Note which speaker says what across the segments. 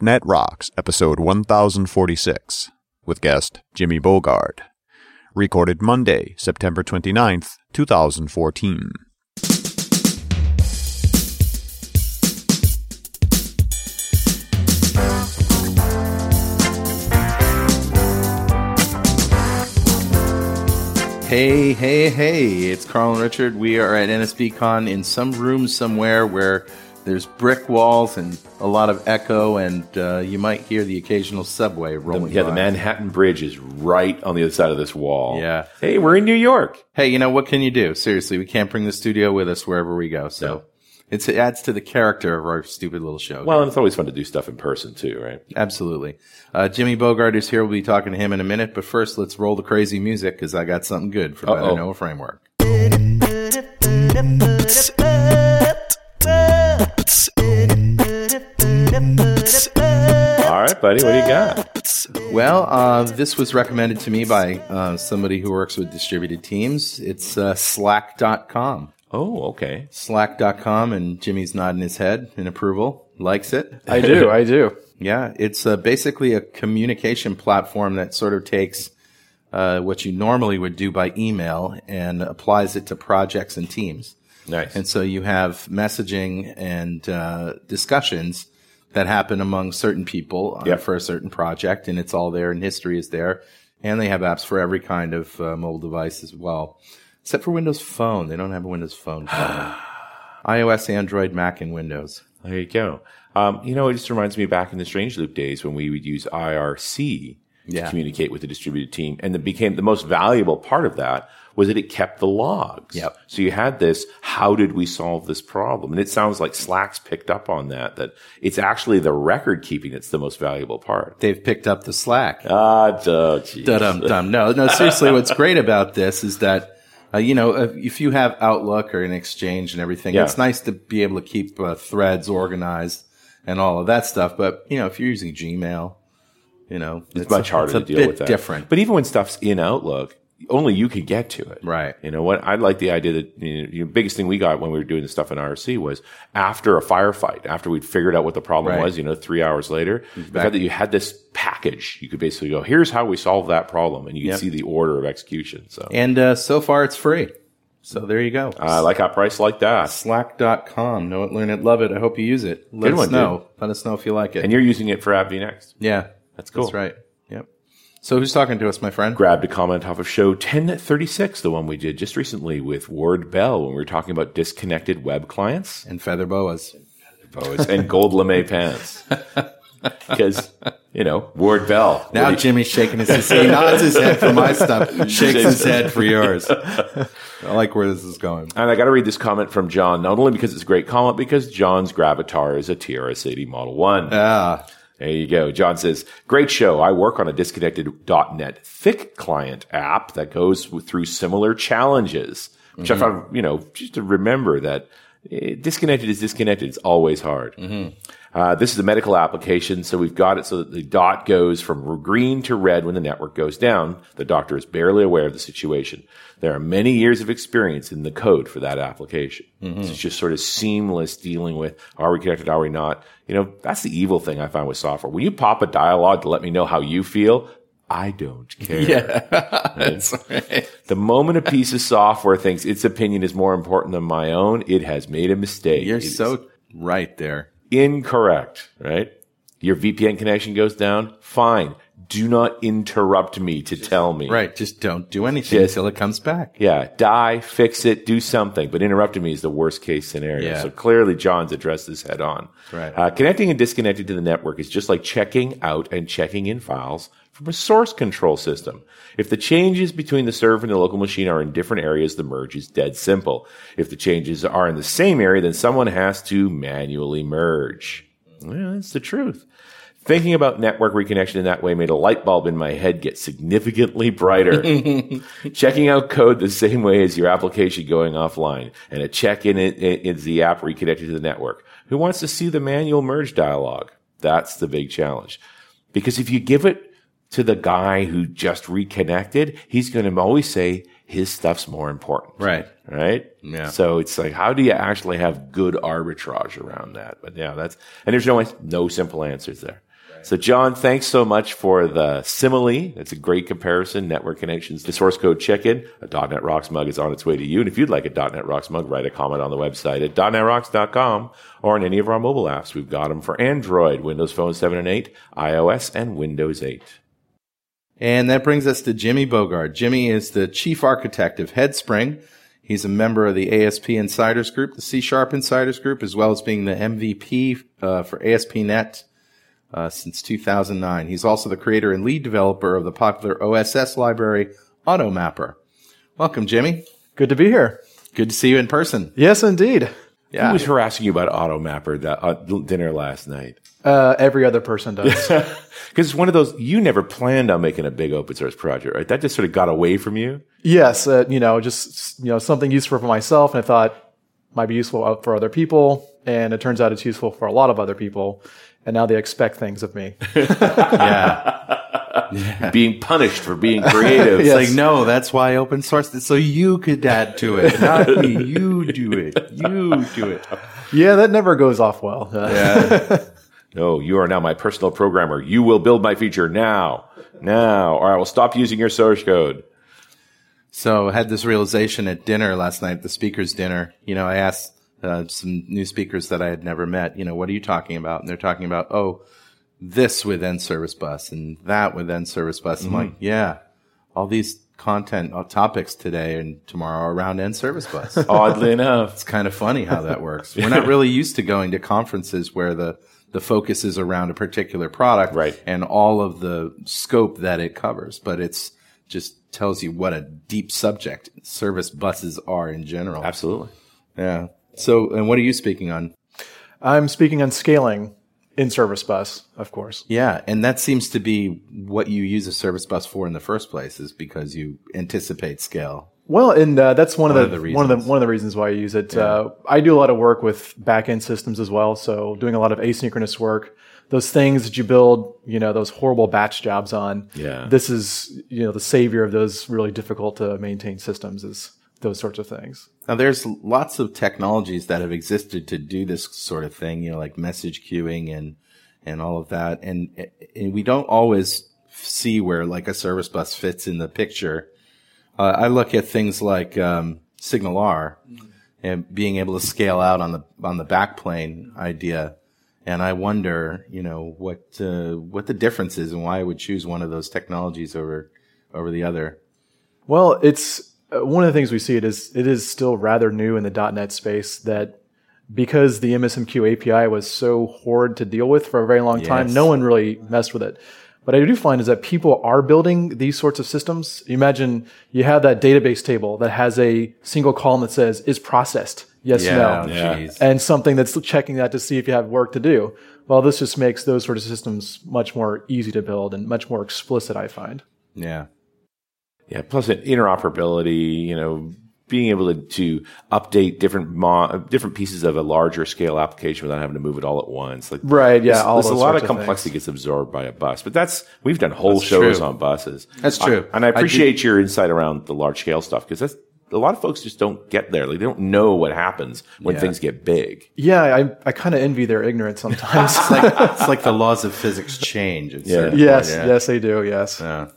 Speaker 1: .NET Rocks, episode 1046, with guest Jimmy Bogard. Recorded Monday, September 29th, 2014.
Speaker 2: Hey, hey, hey, it's Carl and Richard. We are at NSBCon in some room somewhere where there's brick walls and a lot of echo, and uh, you might hear the occasional subway rolling
Speaker 3: yeah, the
Speaker 2: by.
Speaker 3: Manhattan Bridge is right on the other side of this wall.
Speaker 2: Yeah.
Speaker 3: Hey, we're in New York.
Speaker 2: Hey, you know, what can you do? Seriously, we can't bring the studio with us wherever we go. So it's, it adds to the character of our stupid little show.
Speaker 3: Well, and it's always fun to do stuff in person too, right?
Speaker 2: Absolutely. Uh, Jimmy Bogart is here. We'll be talking to him in a minute. But first, let's roll the crazy music because I got something good for Better
Speaker 3: Uh-oh.
Speaker 2: Know a Framework.
Speaker 3: All right, buddy, what do you got?
Speaker 2: Well, uh, this was recommended to me by uh, somebody who works with distributed teams. It's uh, slack.com.
Speaker 3: Oh, okay.
Speaker 2: Slack.com, and Jimmy's nodding his head in approval, likes it.
Speaker 4: I do. I do.
Speaker 2: Yeah, it's uh, basically a communication platform that sort of takes uh, what you normally would do by email and applies it to projects and teams.
Speaker 3: Nice.
Speaker 2: And so you have messaging and uh, discussions that happen among certain people uh,
Speaker 3: Yep.
Speaker 2: for a certain project, and it's all there, and history is there. And they have apps for every kind of uh, mobile device as well, except for Windows Phone. They don't have a Windows Phone. iOS, Android, Mac, and Windows.
Speaker 3: there you go. Um, you know, it just reminds me back in the Strange Loop days when we would use IRC
Speaker 2: Yeah.
Speaker 3: to communicate with the distributed team, and it became the most valuable part of that was that it kept the logs.
Speaker 2: Yep.
Speaker 3: So you had this, how did we solve this problem? And it sounds like Slack's picked up on that, that it's actually the record keeping that's the most valuable part.
Speaker 2: They've picked up the slack.
Speaker 3: Ah, duh, geez.
Speaker 2: dum dum. No, no. Seriously, what's great about this is that uh, you know if, if you have Outlook or an Exchange and everything,
Speaker 3: Yeah.
Speaker 2: it's nice to be able to keep uh, threads organized and all of that stuff. But you know, if you're using Gmail, you know,
Speaker 3: it's, much harder
Speaker 2: it's a
Speaker 3: to deal
Speaker 2: bit
Speaker 3: with that.
Speaker 2: Different,
Speaker 3: But even when stuff's in Outlook, only you could get to it.
Speaker 2: Right.
Speaker 3: You know what? I like the idea that you know, the biggest thing we got when we were doing the stuff in IRC was after a firefight, after we'd figured out what the problem
Speaker 2: Right.
Speaker 3: was, you know, three hours later, the fact that you had this package, you could basically go, here's how we solve that problem. And you could
Speaker 2: Yep.
Speaker 3: see the order of execution. So
Speaker 2: and uh, so far it's free. So there you go.
Speaker 3: I like how price like that.
Speaker 2: Slack.com. Know it, learn it, love it. I hope you use it. Let
Speaker 3: Good
Speaker 2: us
Speaker 3: one,
Speaker 2: know. Let us know if you like it.
Speaker 3: And you're using it for AbbVie Next.
Speaker 2: yeah,
Speaker 3: That's cool.
Speaker 2: That's right. Yep. So who's talking to us, my friend?
Speaker 3: grabbed a comment off of show 1036, the one we did just recently with Ward Bell when we were talking about disconnected web clients
Speaker 2: And feather boas.
Speaker 3: boas, Oh, and gold lame pants. Because, you know, Ward Bell.
Speaker 2: Now
Speaker 3: really-
Speaker 2: Jimmy's shaking his head. He nods his head for my stuff, shakes his head for yours. I like where this is going.
Speaker 3: and I got to read this comment from John, not only because it's a great comment, because John's Gravatar is a TRS-80 Model 1.
Speaker 2: Ah,
Speaker 3: There you go. John says, great show. I work on a disconnected .NET thick client app that goes through similar challenges, which I found, you know, just to remember that eh, disconnected is disconnected. It's always hard. Uh, this is a medical application, so we've got it so that the dot goes from green to red when the network goes down. The doctor is barely aware of the situation. There are many years of experience in the code for that application.
Speaker 2: Mm-hmm.
Speaker 3: So it's just sort of seamless dealing with are we connected, are we not? You know, that's the evil thing I find with software. When you pop a dialogue to let me know how you feel, I don't care.
Speaker 2: That's right.
Speaker 3: The moment a piece of software thinks its opinion is more important than my own, it has made a mistake.
Speaker 2: You're
Speaker 3: It is
Speaker 2: so right there.
Speaker 3: incorrect, right? Your VPN connection goes down. Fine. Do not interrupt me to tell me.
Speaker 2: Right. Just don't do anything
Speaker 3: Just-
Speaker 2: until it comes back.
Speaker 3: Yeah, die, fix it, do something. But interrupting me is the worst case scenario.
Speaker 2: Yeah.
Speaker 3: So clearly, John's addressed this head on.
Speaker 2: Right.
Speaker 3: Uh, connecting and disconnecting to the network is just like checking out and checking in files from a source control system. If the changes between the server and the local machine are in different areas, the merge is dead simple. If the changes are in the same area, then someone has to manually merge. Yeah, that's the truth. Thinking about network reconnection in that way made a light bulb in my head get significantly brighter. Checking out code the same way as your application going offline, and a check in it it- is the app reconnected to the network. Who wants to see the manual merge dialogue? That's the big challenge. Because if you give it to the guy who just reconnected, he's going to always say his stuff's more important.
Speaker 2: Right.
Speaker 3: Right?
Speaker 2: Yeah.
Speaker 3: So it's like, how do you actually have good arbitrage around that? But yeah, that's, and there's no, no simple answers there. So John, thanks so much for the simile. That's a great comparison. Network connections, the source code check-in. A .NET Rocks mug is on its way to you. And if you'd like a .NET Rocks mug, write a comment on the website at .NETRocks.com or on any of our mobile apps. We've got them for Android, Windows Phone 7 and 8, iOS, and Windows 8.
Speaker 2: And that brings us to Jimmy Bogard. Jimmy is the chief architect of Headspring. He's a member of the ASP Insiders Group, the C Sharp Insiders Group, as well as being the MVP uh, for ASP.NET uh, since 2009. He's also the creator and lead developer of the popular OSS library AutoMapper. Welcome, Jimmy.
Speaker 4: Good to be here.
Speaker 2: Good to see you in person.
Speaker 4: Yes, indeed.
Speaker 3: Who was harassing you about AutoMapper that uh, dinner last night?
Speaker 4: Uh, every other person does.
Speaker 3: Because it's one of those you never planned on making a big open source project, right? That just sort of got away from you.
Speaker 4: yes, uh, you know, just you know, something useful for myself, and I thought might be useful out for other people, and it turns out it's useful for a lot of other people, and now they expect things of me.
Speaker 3: Being punished for being creative.
Speaker 2: Like,
Speaker 4: Yes.
Speaker 2: no, that's why I open sourced it. So you could add to it, not me. You do it. You do it.
Speaker 4: yeah, that never goes off well. Uh,
Speaker 3: No, you are now my personal programmer. You will build my feature now. Now, or I will stop using your source code.
Speaker 2: So I had this realization at dinner last night, the speakers' dinner. You know, I asked uh, some new speakers that I had never met, you know, what are you talking about? And they're talking about, oh, this with end service bus and that with end service bus. I'm like, yeah, all these content uh, topics today and tomorrow are around end service bus.
Speaker 3: Oddly enough.
Speaker 2: it's kind of funny how that works. We're not really used to going to conferences where the the focus is around a particular product
Speaker 3: Right.
Speaker 2: and all of the scope that it covers, but it's just tells you what a deep subject service buses are in general.
Speaker 3: Absolutely.
Speaker 2: Yeah. So, and what are you speaking on?
Speaker 4: I'm speaking on scaling in Service Bus, of course.
Speaker 2: Yeah, and that seems to be what you use a service bus for in the first place is because you anticipate scale.
Speaker 4: Well, and uh, that's one, of the,
Speaker 2: of the
Speaker 4: one of
Speaker 2: reasons.
Speaker 4: the one of the reasons why I use it. Uh, I do a lot of work with backend systems as well, so doing a lot of asynchronous work. Those things that you build, you know, those horrible batch jobs on.
Speaker 3: Yeah.
Speaker 4: This is, you know, the savior of those really difficult to maintain systems is those sorts of things.
Speaker 2: Now, there's lots of technologies that have existed to do this sort of thing, you know, like message queuing and and all of that, and and we don't always see where like a service bus fits in the picture. Uh, I look at things like um, SignalR and being able to scale out on the on the backplane idea, and I wonder, you know, what uh, what the difference is and why I would choose one of those technologies over over the other.
Speaker 4: Well, it's uh, one of the things we see. It is it is still rather new in the .NET space that because the MSMQ API was so hard to deal with for a very long time,
Speaker 2: Yes.
Speaker 4: no one really messed with it. What I do find is that people are building these sorts of systems. Imagine you have that database table that has a single column that says is processed, yes, no,
Speaker 2: geez.
Speaker 4: and something that's checking that to see if you have work to do. Well, this just makes those sort of systems much more easy to build and much more explicit. I find.
Speaker 2: yeah.
Speaker 3: Yeah. Plus interoperability, you know, being able to, to update different mo- different pieces of a larger scale application without having to move it all at once. Like
Speaker 4: Right, yeah,
Speaker 3: there's-
Speaker 4: all
Speaker 3: there's a
Speaker 4: those
Speaker 3: lot
Speaker 4: sorts
Speaker 3: of
Speaker 4: of things.
Speaker 3: complexity gets absorbed by a bus. But that's we've done whole shows
Speaker 2: true.
Speaker 3: on buses.
Speaker 2: That's true.
Speaker 3: I- and I
Speaker 2: I do-
Speaker 3: appreciate your insight around the large scale stuff because that's a lot of folks just don't get there. Like they don't know what happens when things get big.
Speaker 4: Yeah, I, I kind of envy their ignorance sometimes.
Speaker 2: It's like, it's like the laws of physics change. At certain
Speaker 4: yes,
Speaker 2: point, yeah.
Speaker 4: yes, they do. Yes.
Speaker 2: Yeah.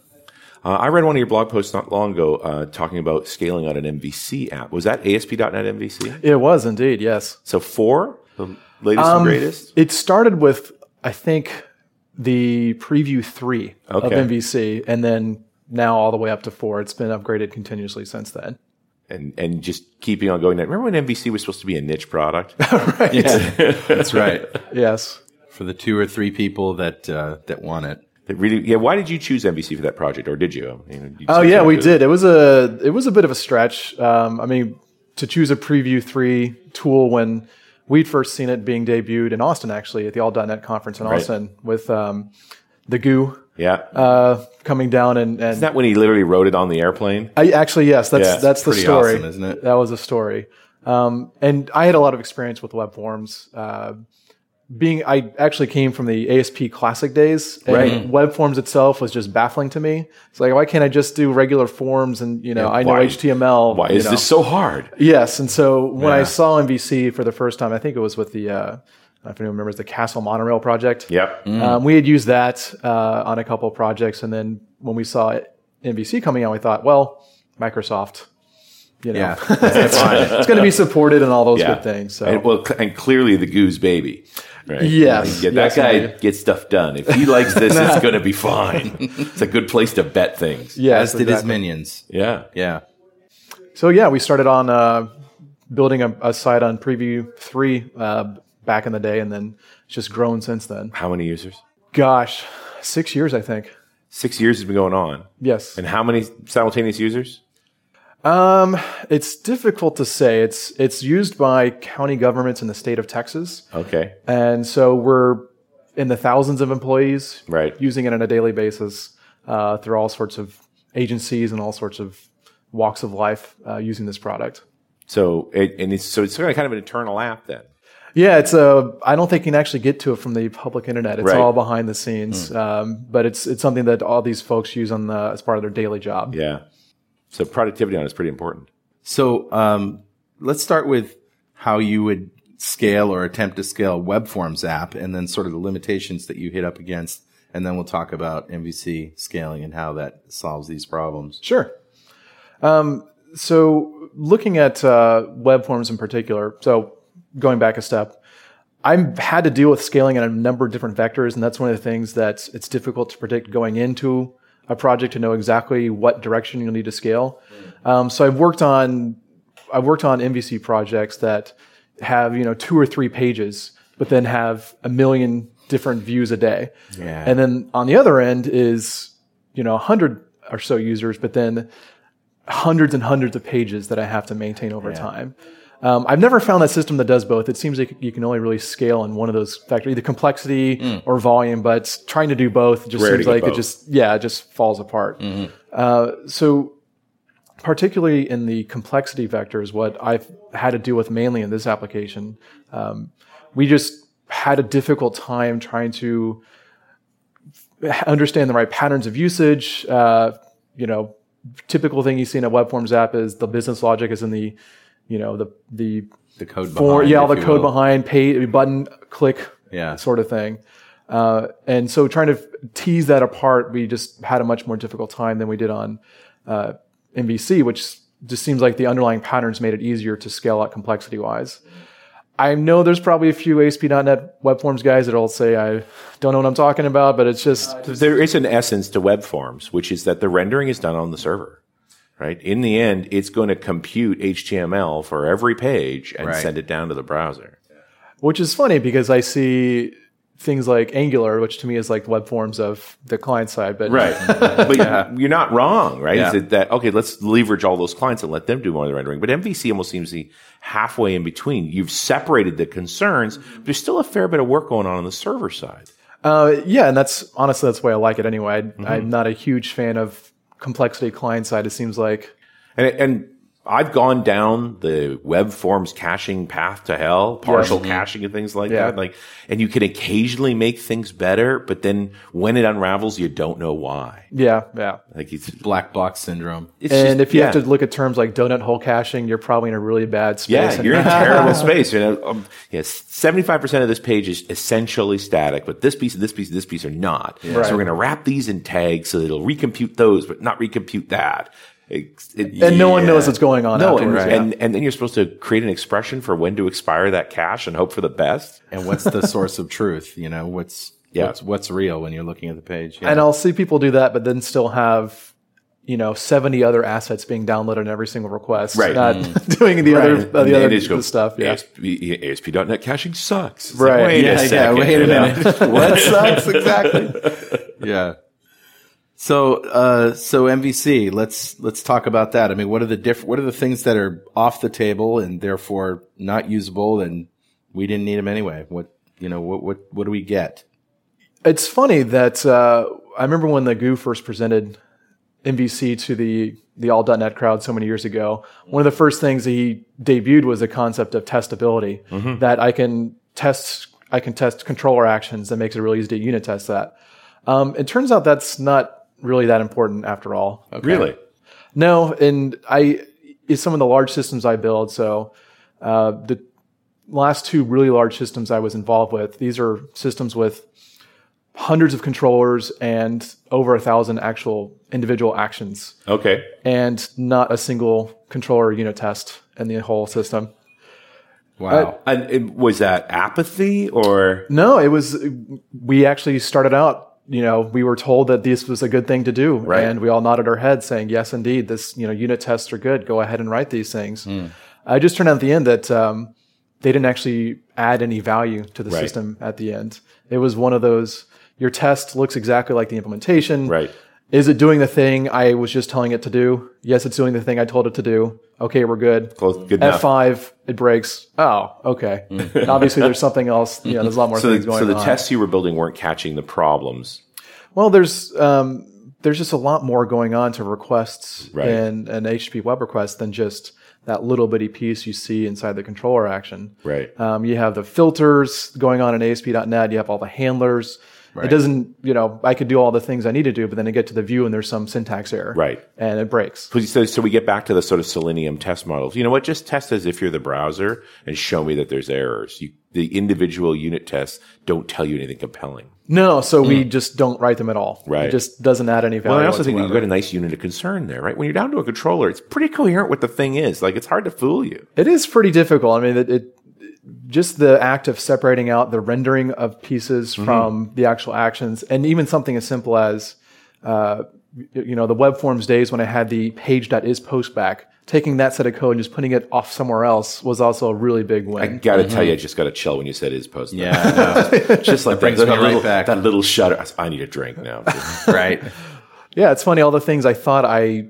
Speaker 3: Uh, I read one of your blog posts not long ago uh, talking about scaling on an MVC app. Was that ASP.NET MVC?
Speaker 4: It Um, was indeed. Yes.
Speaker 3: So four, the latest and greatest.
Speaker 4: It started with, I think, the preview three of
Speaker 3: Okay.
Speaker 4: MVC, and then now all the way up to four. It's been upgraded continuously since then.
Speaker 3: and and just keeping on going. That remember when MVC was supposed to be a niche product?
Speaker 2: That's right.
Speaker 4: Yes.
Speaker 2: For the two or three people that uh, that want it.
Speaker 3: that really, yeah. Why did you choose MVC for that project, or did you? I mean, you
Speaker 4: Oh
Speaker 3: just-
Speaker 4: yeah, we did. It was a it was a bit of a stretch. Um, I mean, to choose a preview three tool when we'd first seen it being debuted in Austin, actually at the All.NET conference in Austin with um, the goo
Speaker 3: Yeah,
Speaker 4: uh, coming down and, and
Speaker 3: is that when he literally wrote it on the airplane?
Speaker 4: I, actually, yes, that's
Speaker 3: Yeah, it's
Speaker 4: that's the
Speaker 2: pretty
Speaker 4: story,
Speaker 2: awesome, isn't it?
Speaker 4: That was a story. Um, and I had a lot of experience with web forms. Uh, being, I actually came from the ASP Classic days, and
Speaker 2: Right.
Speaker 4: web forms itself was just baffling to me. It's like, why can't I just do regular forms? And you know, I know
Speaker 3: why-
Speaker 4: HTML.
Speaker 3: Why
Speaker 4: you
Speaker 3: is
Speaker 4: know.
Speaker 3: this so hard?
Speaker 4: Yes, and so when I saw MVC for the first time, I think it was with the. Uh, I don't know if anyone remembers the Castle Monorail project.
Speaker 3: Yep.
Speaker 4: Um, we had used that uh, on a couple of projects, and then when we saw it- NBC coming out, we thought, well, Microsoft, you know,
Speaker 2: Yeah.
Speaker 4: it's going to be supported and all those
Speaker 3: Yeah.
Speaker 4: good things. So
Speaker 3: And, well, cl- and clearly the goose baby. Right?
Speaker 4: Yes,
Speaker 3: Get-
Speaker 4: yes,
Speaker 3: that guy
Speaker 4: indeed.
Speaker 3: gets stuff done. If he likes this, it's going to be fine. It's a good place to bet things.
Speaker 4: yes,
Speaker 2: As did his
Speaker 4: exactly.
Speaker 2: minions.
Speaker 3: Yeah.
Speaker 2: Yeah.
Speaker 4: So yeah, we started on uh, building a, a site on Preview Three uh, back in the day, and then it's just grown since then.
Speaker 3: How many users?
Speaker 4: Gosh, six years, I think.
Speaker 3: Six years has been going on.
Speaker 4: Yes.
Speaker 3: And how many simultaneous users?
Speaker 4: Um, it's difficult to say. It's it's used by county governments in the state of Texas.
Speaker 3: Okay.
Speaker 4: And so we're in the thousands of employees
Speaker 3: Right.
Speaker 4: using it on a daily basis uh, through all sorts of agencies and all sorts of walks of life uh, using this product.
Speaker 3: So it, and it's so it's kind of kind of an internal app then.
Speaker 4: Yeah, it's a. I don't think you can actually get to it from the public internet. It's
Speaker 3: Right. Hmm.
Speaker 4: all behind the scenes, um, but it's it's something that all these folks use on the, as part of their daily job.
Speaker 3: Yeah. So productivity on it is pretty important.
Speaker 2: So um, let's start with how you would scale or attempt to scale a web forms app and then sort of the limitations that you hit up against. And then we'll talk about MVC scaling and how that solves these problems.
Speaker 4: Sure. Um, so looking at uh, web forms in particular, so going back a step, I've had to deal with scaling in a number of different vectors, and that's one of the things that it's difficult to predict going into a project to know exactly what direction you'll need to scale. Um, so I've worked on I've worked on MVC projects that have you know two or three pages, but then have a million different views a day.
Speaker 2: Yeah.
Speaker 4: And then on the other end is you know 100 or so users, but then hundreds and hundreds of pages that I have to maintain over time. Um, I've never found that system that does both. It seems like you can only really scale in one of those factors, either complexity or volume. But trying to do both just
Speaker 3: Mm. Rare to
Speaker 4: seems
Speaker 3: get
Speaker 4: like
Speaker 3: both. Mm-hmm.
Speaker 4: it just yeah, it just falls apart. Uh, so particularly in the complexity vectors, what I've had to deal with mainly in this application, um, we just had a difficult time trying to f- understand the right patterns of usage. Uh, you know, typical thing you see in a web forms app is the business logic is in the, you know, the the
Speaker 2: The code
Speaker 4: form,
Speaker 2: behind,
Speaker 4: yeah, all
Speaker 2: if
Speaker 4: the
Speaker 2: you
Speaker 4: code
Speaker 2: will.
Speaker 4: behind, pay button click,
Speaker 2: Yeah.
Speaker 4: sort of thing. Uh, and so trying to f- tease that apart, we just had a much more difficult time than we did on uh, MVC, which just seems like the underlying patterns made it easier to scale out complexity wise. I know there's probably a few ASP.NET web forms guys that'll say I don't know what I'm talking about, but it's just
Speaker 3: There is an essence to web forms, which is that the rendering is done on the server. Right? In the end, it's going to compute HTML for every page and
Speaker 2: Right.
Speaker 3: send it down to the browser.
Speaker 4: which is funny because I see things like Angular, which to me is like web forms of the client side, but
Speaker 3: but you- you're not wrong, right?
Speaker 2: Yeah.
Speaker 3: Is it that okay, let's leverage all those clients and let them do more of the rendering. But MVC almost seems to be halfway in between. You've separated the concerns, but there's still a fair bit of work going on on the server side.
Speaker 4: Uh, yeah, and that's honestly that's why I like it anyway.
Speaker 3: Mm-hmm.
Speaker 4: I, I'm not a huge fan of complexity client side. It seems like
Speaker 3: And, and I've gone down the web forms caching path to hell, partial caching and things like
Speaker 4: Mm-hmm. Yeah.
Speaker 3: that. Like, and you can occasionally make things better, but then when it unravels, you don't know why.
Speaker 4: Yeah, yeah.
Speaker 3: Like it's,
Speaker 2: Black box syndrome.
Speaker 3: it's just-
Speaker 4: And if you
Speaker 3: yeah.
Speaker 4: have to look at terms like donut hole caching, you're probably in a really bad space.
Speaker 3: Yeah,
Speaker 4: And-
Speaker 3: you're in a terrible space. You know, um, yes, seventy-five percent of this page is essentially static, but this piece and this piece and this piece are not. So
Speaker 4: Right.
Speaker 3: we're going to wrap these in tags so that it'll recompute those, but not recompute that. It- it-
Speaker 4: And no one knows what's going on
Speaker 3: No, and,
Speaker 4: afterwards, yeah.
Speaker 3: and and then you're supposed to create an expression for when to expire that cache and hope for the best.
Speaker 2: And what's the source of truth? You know, what's
Speaker 3: Yeah.
Speaker 2: what's, what's real when you're looking at the page? Yeah.
Speaker 4: And I'll see people do that, but then still have, you know, 70 other assets being downloaded in every single request.
Speaker 3: Right.
Speaker 4: Not doing the other, uh, the
Speaker 3: And
Speaker 4: other
Speaker 3: they just go,
Speaker 4: stuff. Yeah.
Speaker 3: ASP, ASP.NET caching sucks. It's
Speaker 4: Right.
Speaker 3: wait
Speaker 2: Yeah,
Speaker 3: a
Speaker 2: yeah,
Speaker 3: second.
Speaker 2: wait a
Speaker 3: you know?
Speaker 2: minute. what sucks exactly? yeah. So uh, so MVC, let's let's talk about that. I mean, what are the diff- what are the things that are off the table and therefore not usable and we didn't need them anyway? What you know, what what what do we get?
Speaker 4: It's funny that uh, I remember when the Goo first presented MVC to the the all.NET crowd so many years ago. One of the first things he debuted was the concept of testability that I can test I can test controller actions. That makes it really easy to unit test that. Um, it turns out that's not really that important after all.
Speaker 3: Really?
Speaker 4: No, and I it's some of the large systems I build. So uh, the last two really large systems I was involved with, these are systems with hundreds of controllers and over a thousand actual individual actions,
Speaker 3: Okay.
Speaker 4: and not a single controller unit test in the whole system.
Speaker 2: Wow.
Speaker 3: And it- was that apathy or
Speaker 4: No, it was we actually started out. You know, we were told that this was a good thing to do,
Speaker 3: Right.
Speaker 4: and we all nodded our heads, saying, "Yes, indeed, this you know unit tests are good. Go ahead and write these things."
Speaker 3: Hmm.
Speaker 4: I just turned out at the end that um, they didn't actually add any value to the
Speaker 3: Right.
Speaker 4: system at the end. It was one of those your test looks exactly like the implementation.
Speaker 3: right?
Speaker 4: Is it doing the thing I was just telling it to do? Yes, it's doing the thing I told it to do. Okay, we're good.
Speaker 3: Close, good enough.
Speaker 4: F5, it breaks. Oh, okay. Obviously, there's something else. You know, there's a lot more
Speaker 3: Mm. So,
Speaker 4: things
Speaker 3: the,
Speaker 4: going
Speaker 3: so the
Speaker 4: on.
Speaker 3: tests you were building weren't catching the problems.
Speaker 4: well, there's um, there's just a lot more going on to requests
Speaker 3: Right.
Speaker 4: in an HTTP web request than just that little bitty piece you see inside the controller action.
Speaker 3: Right.
Speaker 4: Um, you have the filters going on in ASP.NET. You have all the handlers. It doesn't, you know, I could do all the things I need to do, but then I get to the view and there's some syntax error.
Speaker 3: Right.
Speaker 4: And it breaks.
Speaker 3: So, so we get back to the sort of Selenium test models. You know what? Just test as if you're the browser and show me that there's errors. You, the individual unit tests don't tell you anything compelling.
Speaker 4: No, so we just don't write them at all.
Speaker 3: Mm. Right.
Speaker 4: It just doesn't add any value.
Speaker 3: Well, I also think
Speaker 4: whatsoever.
Speaker 3: you've got a nice unit of concern there, right? When you're down to a controller, it's pretty coherent what the thing is. Like, it's hard to fool you.
Speaker 4: It is pretty difficult. I mean, it, it just the act of separating out the rendering of pieces
Speaker 3: Mm-hmm.
Speaker 4: from the actual actions, and even something as simple as, uh, y- you know, the web forms days when I had the page.is post back, taking that set of code and just putting it off somewhere else was also a really big
Speaker 3: I
Speaker 4: win.
Speaker 3: gotta tell you, I just got a chill when you said is post.
Speaker 2: Mm-hmm. Yeah.
Speaker 3: just like that,
Speaker 2: brings me
Speaker 3: that
Speaker 2: right
Speaker 3: little,
Speaker 2: back.
Speaker 3: that little shudder. I, I need a drink now.
Speaker 2: right.
Speaker 4: yeah, it's funny all the things I thought I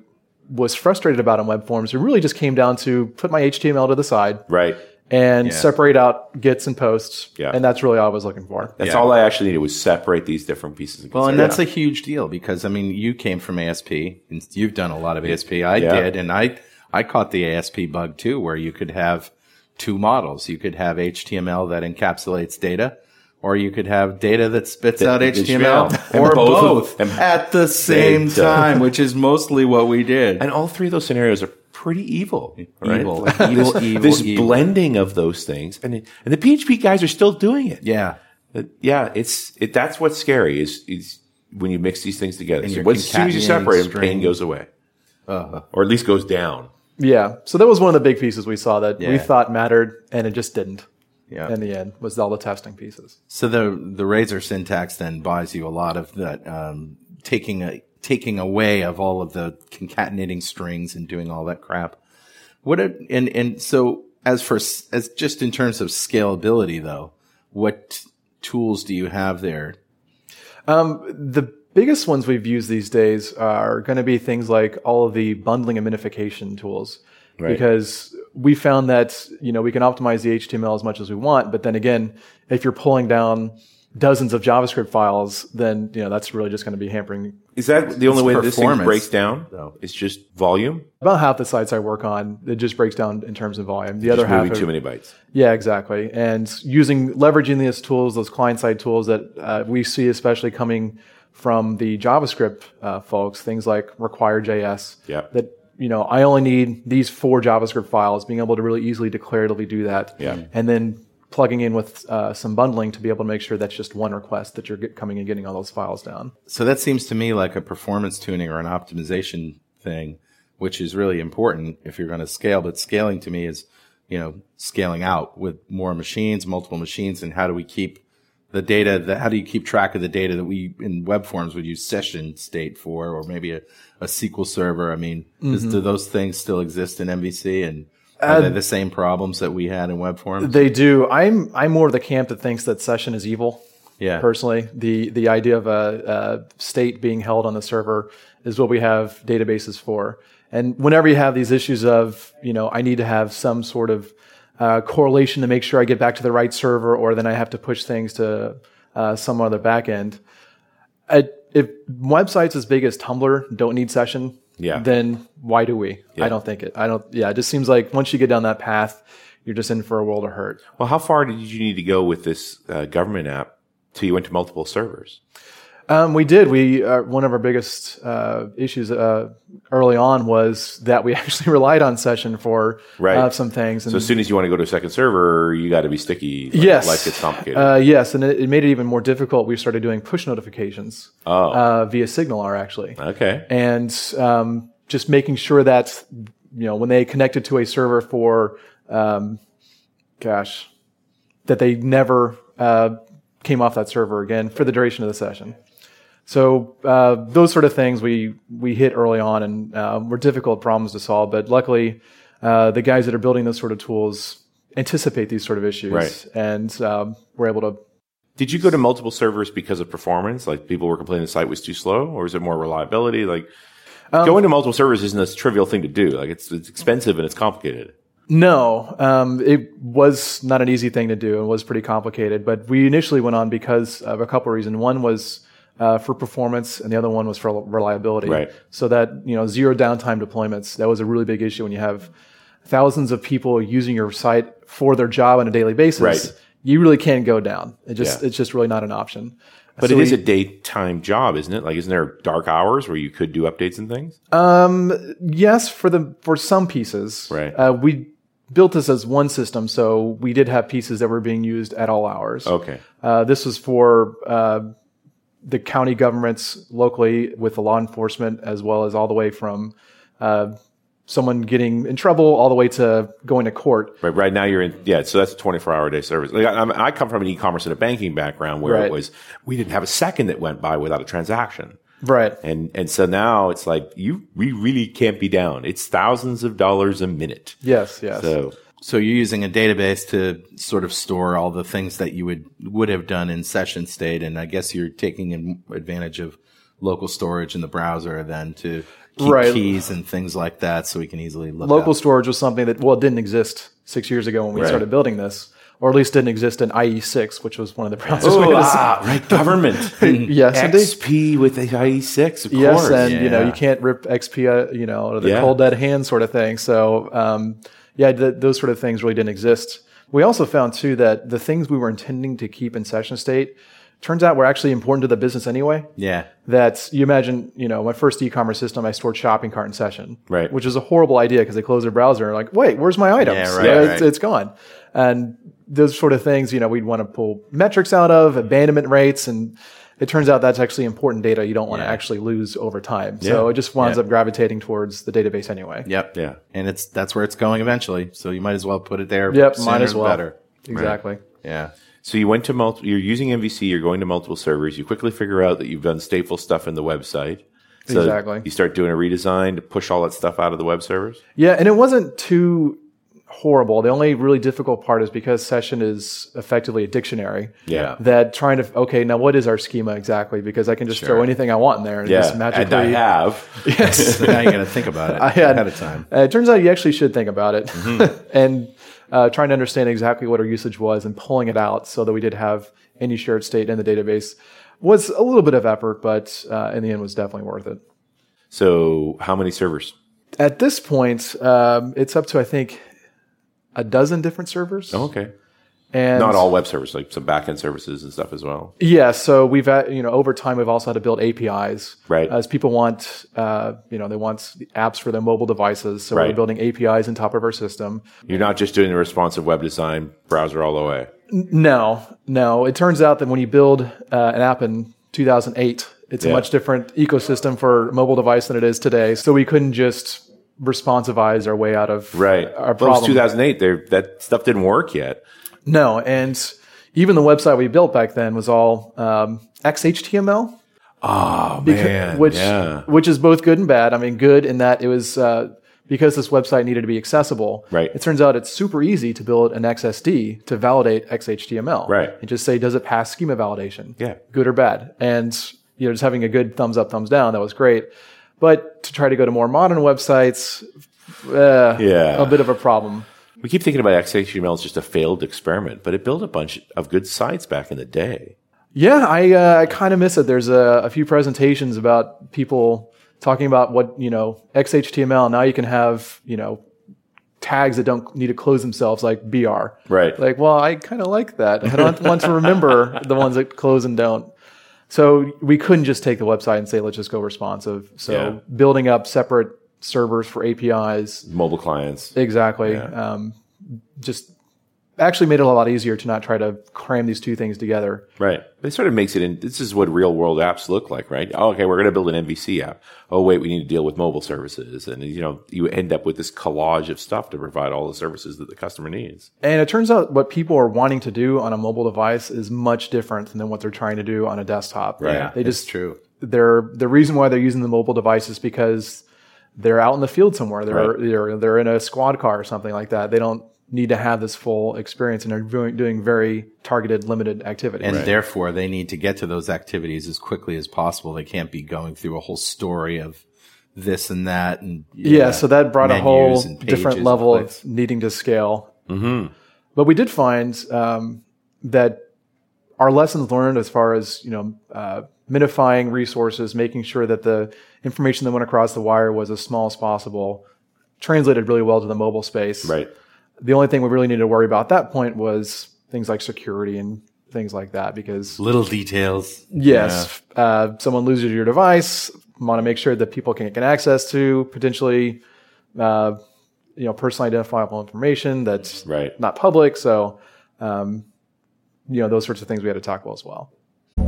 Speaker 4: was frustrated about in web forms. It really just came down to put my HTML to the side
Speaker 3: right.
Speaker 4: and separate out gets and posts,
Speaker 3: Yeah.
Speaker 4: and that's really all I was looking for.
Speaker 3: That's all I actually needed was separate these different pieces. Of
Speaker 2: Well, and
Speaker 3: concern.
Speaker 2: that's a huge deal because I mean, you came from ASP and you've done a lot of ASP. I
Speaker 3: Yeah.
Speaker 2: did, and I I caught the ASP bug too, where you could have two models. You could have HTML that encapsulates data, or you could have data that spits out
Speaker 3: that-
Speaker 2: HTML,
Speaker 3: and
Speaker 2: or
Speaker 3: both of-
Speaker 2: both,
Speaker 3: and-
Speaker 2: at the same
Speaker 3: same time.
Speaker 2: time, which is mostly what we did.
Speaker 3: And all three of those scenarios are pretty evil. Right?
Speaker 2: Evil.
Speaker 3: Like
Speaker 2: Evil,
Speaker 3: this,
Speaker 2: evil,
Speaker 3: This
Speaker 2: evil.
Speaker 3: blending of those things, and it- and the PHP guys are still doing it.
Speaker 2: yeah,
Speaker 3: Uh, yeah. It's it. That's what's scary is is when you mix these things together. So
Speaker 2: you're
Speaker 3: once- as soon as you
Speaker 2: concatenating Uh-huh.
Speaker 3: separate, them, pain
Speaker 2: strings.
Speaker 3: goes away, or at least goes down.
Speaker 4: Yeah. So that was one of the big pieces we saw that
Speaker 2: Yeah.
Speaker 4: we thought mattered and it just didn't
Speaker 2: yeah.
Speaker 4: in the end was all the testing pieces.
Speaker 2: So the the razor syntax then buys you a lot of that um, taking a taking away of all of the concatenating strings and doing all that crap. What a, and and so as for s- as just in terms of scalability though, what tools do you have there?
Speaker 4: Um, The biggest ones we've used these days are going to be things like all of the bundling and minification tools because we found that, you know, we can optimize the HTML as much as we want, but then again, if you're pulling down dozens of JavaScript files, then you know that's really just going to be hampering
Speaker 3: Is that the only way that this thing
Speaker 2: performance,
Speaker 3: breaks down?
Speaker 2: though.
Speaker 3: It's just volume.
Speaker 4: about half the sites I work on. It just breaks down in terms of volume. The other
Speaker 3: Just
Speaker 4: half,
Speaker 3: moving
Speaker 4: are-
Speaker 3: too many bytes.
Speaker 4: yeah, exactly. And using leveraging these tools, those client side tools that uh, we see, especially coming from the JavaScript uh, folks, things like require.js.
Speaker 3: Yep.
Speaker 4: That you know, I only need these four JavaScript files. Being able to really easily declaratively do that.
Speaker 3: Yeah.
Speaker 4: And then plugging in with uh, some bundling to be able to make sure that's just one request that you're get, coming and getting all those files down.
Speaker 2: So that seems to me like a performance tuning or an optimization thing, which is really important if you're going to scale. But scaling to me is, you know, scaling out with more machines, multiple machines, and how do we keep the data that, how do you keep track of the data that we in web forms would use session state for, or maybe a, a SQL server? I mean, is, do those things still exist in MVC and are they the same problems that we had in web forms?
Speaker 4: They do. I'm I'm more of the camp that thinks that session is evil.
Speaker 2: Yeah.
Speaker 4: Personally, the the idea of a, a state being held on the server is what we have databases for. And whenever you have these issues of you know I need to have some sort of uh, correlation to make sure I get back to the right server, or then I have to push things to uh, some other backend. I, if websites as big as Tumblr don't need session,
Speaker 3: Yeah.
Speaker 4: then why do we? I don't think it. I don't. Yeah, it just seems like once you get down that path, you're just in for a world of hurt.
Speaker 3: Well, how far did you need to go with this uh, government app till you went to multiple servers?
Speaker 4: Um, we did. We uh, one of our biggest uh, issues uh, early on was that we actually relied on session for
Speaker 3: Right.
Speaker 4: uh, some things. And
Speaker 3: So as soon as you want to go to a second server, you got to be sticky. Like,
Speaker 4: yes,
Speaker 3: life gets complicated.
Speaker 4: Uh, yes, and it, it made it even more difficult. We started doing push notifications
Speaker 3: Oh.
Speaker 4: uh, via SignalR actually.
Speaker 3: okay.
Speaker 4: and um, just making sure that you know when they connected to a server for um, gosh that they never uh, came off that server again for the duration of the session so uh, those sort of things we we hit early on and uh, were difficult problems to solve but luckily uh, the guys that are building those sort of tools anticipate these sort of issues
Speaker 3: Right.
Speaker 4: and um, we're able to
Speaker 3: Did you go to multiple servers because of performance? Like people were complaining the site was too slow, or is it more reliability? Like
Speaker 4: Um,
Speaker 3: going to multiple servers isn't a trivial thing to do. Like it's it's expensive and it's complicated.
Speaker 4: No, um, it was not an easy thing to do. It was pretty complicated. But we initially went on because of a couple of reasons. One was uh, for performance, and the other one was for reliability.
Speaker 3: Right.
Speaker 4: So that you know zero downtime deployments that was a really big issue when you have thousands of people using your site for their job on a daily basis.
Speaker 3: Right.
Speaker 4: You really can't go down. It just
Speaker 3: Yeah.
Speaker 4: it's just really not an option.
Speaker 3: But it is a daytime job, isn't it? Like isn't there dark hours where you could do updates and things?
Speaker 4: yes for the for some pieces
Speaker 3: Right.
Speaker 4: uh, we built this as one system so we did have pieces that were being used at all hours
Speaker 3: Okay.
Speaker 4: Uh, this was for uh, the county governments locally with the law enforcement, as well as all the way from uh, someone getting in trouble all the way to going to court.
Speaker 3: Right, right now you're in, yeah, so that's a 24 hour day service. Like, I, I'm- I come from an e-commerce and a banking background where
Speaker 4: Right.
Speaker 3: it was, we didn't have a second that went by without a transaction.
Speaker 4: Right.
Speaker 3: And, and so now it's like, you, we really can't be down. It's thousands of dollars a minute.
Speaker 4: Yes. Yes.
Speaker 3: So
Speaker 2: So you're using a database to sort of store all the things that you would would have done in session state, and I guess you're taking in- advantage of local storage in the browser then to keep
Speaker 4: Right.
Speaker 2: keys and things like that, so we can easily look
Speaker 4: Local
Speaker 2: up.
Speaker 4: storage was something that well it didn't exist six years ago when we started building this, or at least didn't exist in IE6, which was one of the browsers. we
Speaker 3: Oh,
Speaker 4: had to-
Speaker 3: ah, right, government.
Speaker 4: Yes, indeed.
Speaker 3: XP with the IE6, of
Speaker 4: Yes,
Speaker 3: course.
Speaker 4: and you know
Speaker 2: yeah.
Speaker 4: you can't rip XP, uh, you know, out of the
Speaker 3: Yeah.
Speaker 4: cold dead hand sort of thing. So um, yeah, th- those sort of things really didn't exist. We also found too that the things we were intending to keep in session state turns out were actually important to the business anyway.
Speaker 2: Yeah,
Speaker 4: That's you imagine, you know, my first e-commerce system, I stored shopping cart in session,
Speaker 3: Right.
Speaker 4: Which is a horrible idea because they close their browser and like, wait, where's my items?
Speaker 2: Yeah, right,
Speaker 4: You know,
Speaker 2: right.
Speaker 4: It's, it's gone. And those sort of things, you know, we'd want to pull metrics out of abandonment rates, and it turns out that's actually important data you don't want to actually lose over time. So it just winds up gravitating towards the database anyway.
Speaker 2: yep,
Speaker 3: Yeah.
Speaker 2: and it's that's where it's going eventually. So you might as well put it there.
Speaker 4: Yep,
Speaker 2: sooner
Speaker 4: might as
Speaker 2: the
Speaker 4: well.
Speaker 2: Better.
Speaker 4: Exactly.
Speaker 2: Yeah,
Speaker 3: So you went to multi, you're using MVC, you're going to multiple servers, you quickly figure out that you've done stateful stuff in the website. So
Speaker 4: Exactly.
Speaker 3: You start doing a redesign to push all that stuff out of the web servers.
Speaker 4: Yeah, and it wasn't too horrible. The only really difficult part is because session is effectively a dictionary.
Speaker 3: Yeah.
Speaker 4: That trying to okay, now what is our schema exactly? Because I can just throw anything I want in there and just
Speaker 3: and I
Speaker 4: magically.
Speaker 3: have.
Speaker 4: Yes.
Speaker 2: so now you got to think about it
Speaker 4: I had
Speaker 2: ahead of time.
Speaker 4: Uh, it turns out you actually should think about it,
Speaker 3: Mm-hmm.
Speaker 4: and uh, trying to understand exactly what our usage was and pulling it out so that we did have any shared state in the database was a little bit of effort, but uh, in the end was definitely worth it.
Speaker 3: So, how many servers?
Speaker 4: At this point, um, it's up to I think a dozen different servers.
Speaker 3: Oh, okay.
Speaker 4: and
Speaker 3: Not all web servers, like some backend services and stuff as well.
Speaker 4: Yeah, so we've had, you know over time we've also had to build APIs
Speaker 3: Right.
Speaker 4: as people want uh, you know they want apps for their mobile devices. So
Speaker 3: Right.
Speaker 4: we're building APIs on top of our system.
Speaker 3: You're not just doing the responsive web design browser all the way.
Speaker 4: No, no. It turns out that when you build uh, an app in 2008, it's
Speaker 3: Yeah.
Speaker 4: a much different ecosystem for mobile device than it is today. So we couldn't just responsivize our way out of
Speaker 3: Right.
Speaker 4: our
Speaker 3: Well, it was
Speaker 4: problem.
Speaker 3: 2008. There, that stuff didn't work yet.
Speaker 4: no, and even the website we built back then was all um, XHTML.
Speaker 3: Oh
Speaker 4: Becau-
Speaker 3: man.
Speaker 4: which
Speaker 3: yeah.
Speaker 4: which is both good and bad. I mean, good in that it was uh, because this website needed to be accessible.
Speaker 3: Right.
Speaker 4: It turns out it's super easy to build an XSD to validate XHTML.
Speaker 3: Right.
Speaker 4: And just say, does it pass schema validation?
Speaker 3: Yeah.
Speaker 4: Good or bad? And you know, just having a good thumbs up, thumbs down, that was great. But to try to go to more modern websites, uh,
Speaker 3: Yeah.
Speaker 4: a bit of a problem.
Speaker 3: We keep thinking about XHTML as just a failed experiment, but it built a bunch of good sites back in the day.
Speaker 4: Yeah, I uh, I kind of miss it. There's a, a few presentations about people talking about what you know XHTML. Now you can have you know tags that don't need to close themselves like BR.
Speaker 3: Right.
Speaker 4: Like, well, I kind of like that. I don't want to remember the ones that close and don't. So we couldn't just take the website and say let's just go responsive. So
Speaker 3: Yeah.
Speaker 4: building up separate servers for APIs
Speaker 3: Mobile clients.
Speaker 4: exactly um, just actually made it a lot easier to not try to cram these two things together.
Speaker 3: Right. It sort of makes it in. This is what real world apps look like, right? Oh, okay, we're going to build an MVC app. Oh, wait, we need to deal with mobile services. And, you know, you end up with this collage of stuff to provide all the services that the customer needs.
Speaker 4: And it turns out what people are wanting to do on a mobile device is much different than what they're trying to do on a desktop.
Speaker 3: Right. Yeah,
Speaker 4: They just
Speaker 2: true.
Speaker 4: they're the reason why they're using the mobile device is because they're out in the field somewhere. They're
Speaker 3: Right.
Speaker 4: they're they're in a squad car or something like that. They don't need to have this full experience and are doing, doing very targeted limited activity.
Speaker 2: And therefore, they need to get to those activities as quickly as possible. They can't be going through a whole story of this and that. And
Speaker 4: yeah, so that brought a
Speaker 2: menus
Speaker 4: whole
Speaker 2: and pages
Speaker 4: different
Speaker 2: and
Speaker 4: level
Speaker 2: clicks.
Speaker 4: of needing to scale. Mm-hmm. But we did find um, that our lessons learned as far as you know uh, minifying resources, making sure that the information that went across the wire was as small as possible, translated really well to the mobile space.
Speaker 3: Right.
Speaker 4: The only thing we really needed to worry about at that point was things like security and things like that because
Speaker 2: little details.
Speaker 4: Yes. Uh, someone loses your device. Want to make sure that people can get access to potentially, uh, you know, personally identifiable information that's
Speaker 3: Right.
Speaker 4: not public. So, um, you know, those sorts of things we had to talk about as well.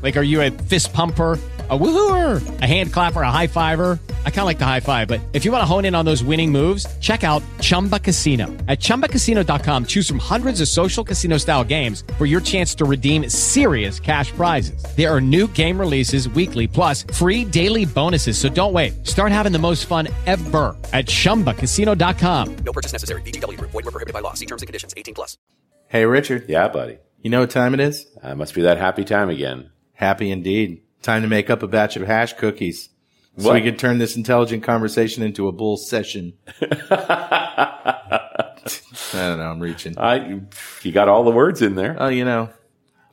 Speaker 5: Like, are you a fist pumper? A woohooer, a hand clapper, a high fiver. I kind of like the high five, but if you want to hone in on those winning moves, check out Chumba Casino. At chumbacasino.com, choose from hundreds of social casino style games for your chance to redeem serious cash prizes. There are new game releases weekly, plus free daily bonuses. So don't wait. Start having the most fun ever at chumbacasino.com.
Speaker 6: No purchase necessary. VGW Group. Void were prohibited by law. See terms and conditions. 18 plus.
Speaker 2: Hey, Richard.
Speaker 3: Yeah, buddy.
Speaker 2: You know what time it is?
Speaker 3: Uh, must be that happy time again.
Speaker 2: Happy indeed. Time to make up a batch of hash cookies. So
Speaker 3: What?
Speaker 2: we can turn this intelligent conversation into a bull session. I don't know. I'm reaching.
Speaker 3: I, you got all the words in there.
Speaker 2: Oh, you know,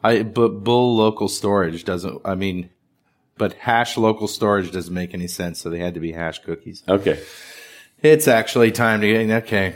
Speaker 2: I but bull local storage doesn't. I mean, but hash local storage doesn't make any sense. So they had to be hash cookies.
Speaker 3: Okay.
Speaker 2: It's actually time to get okay.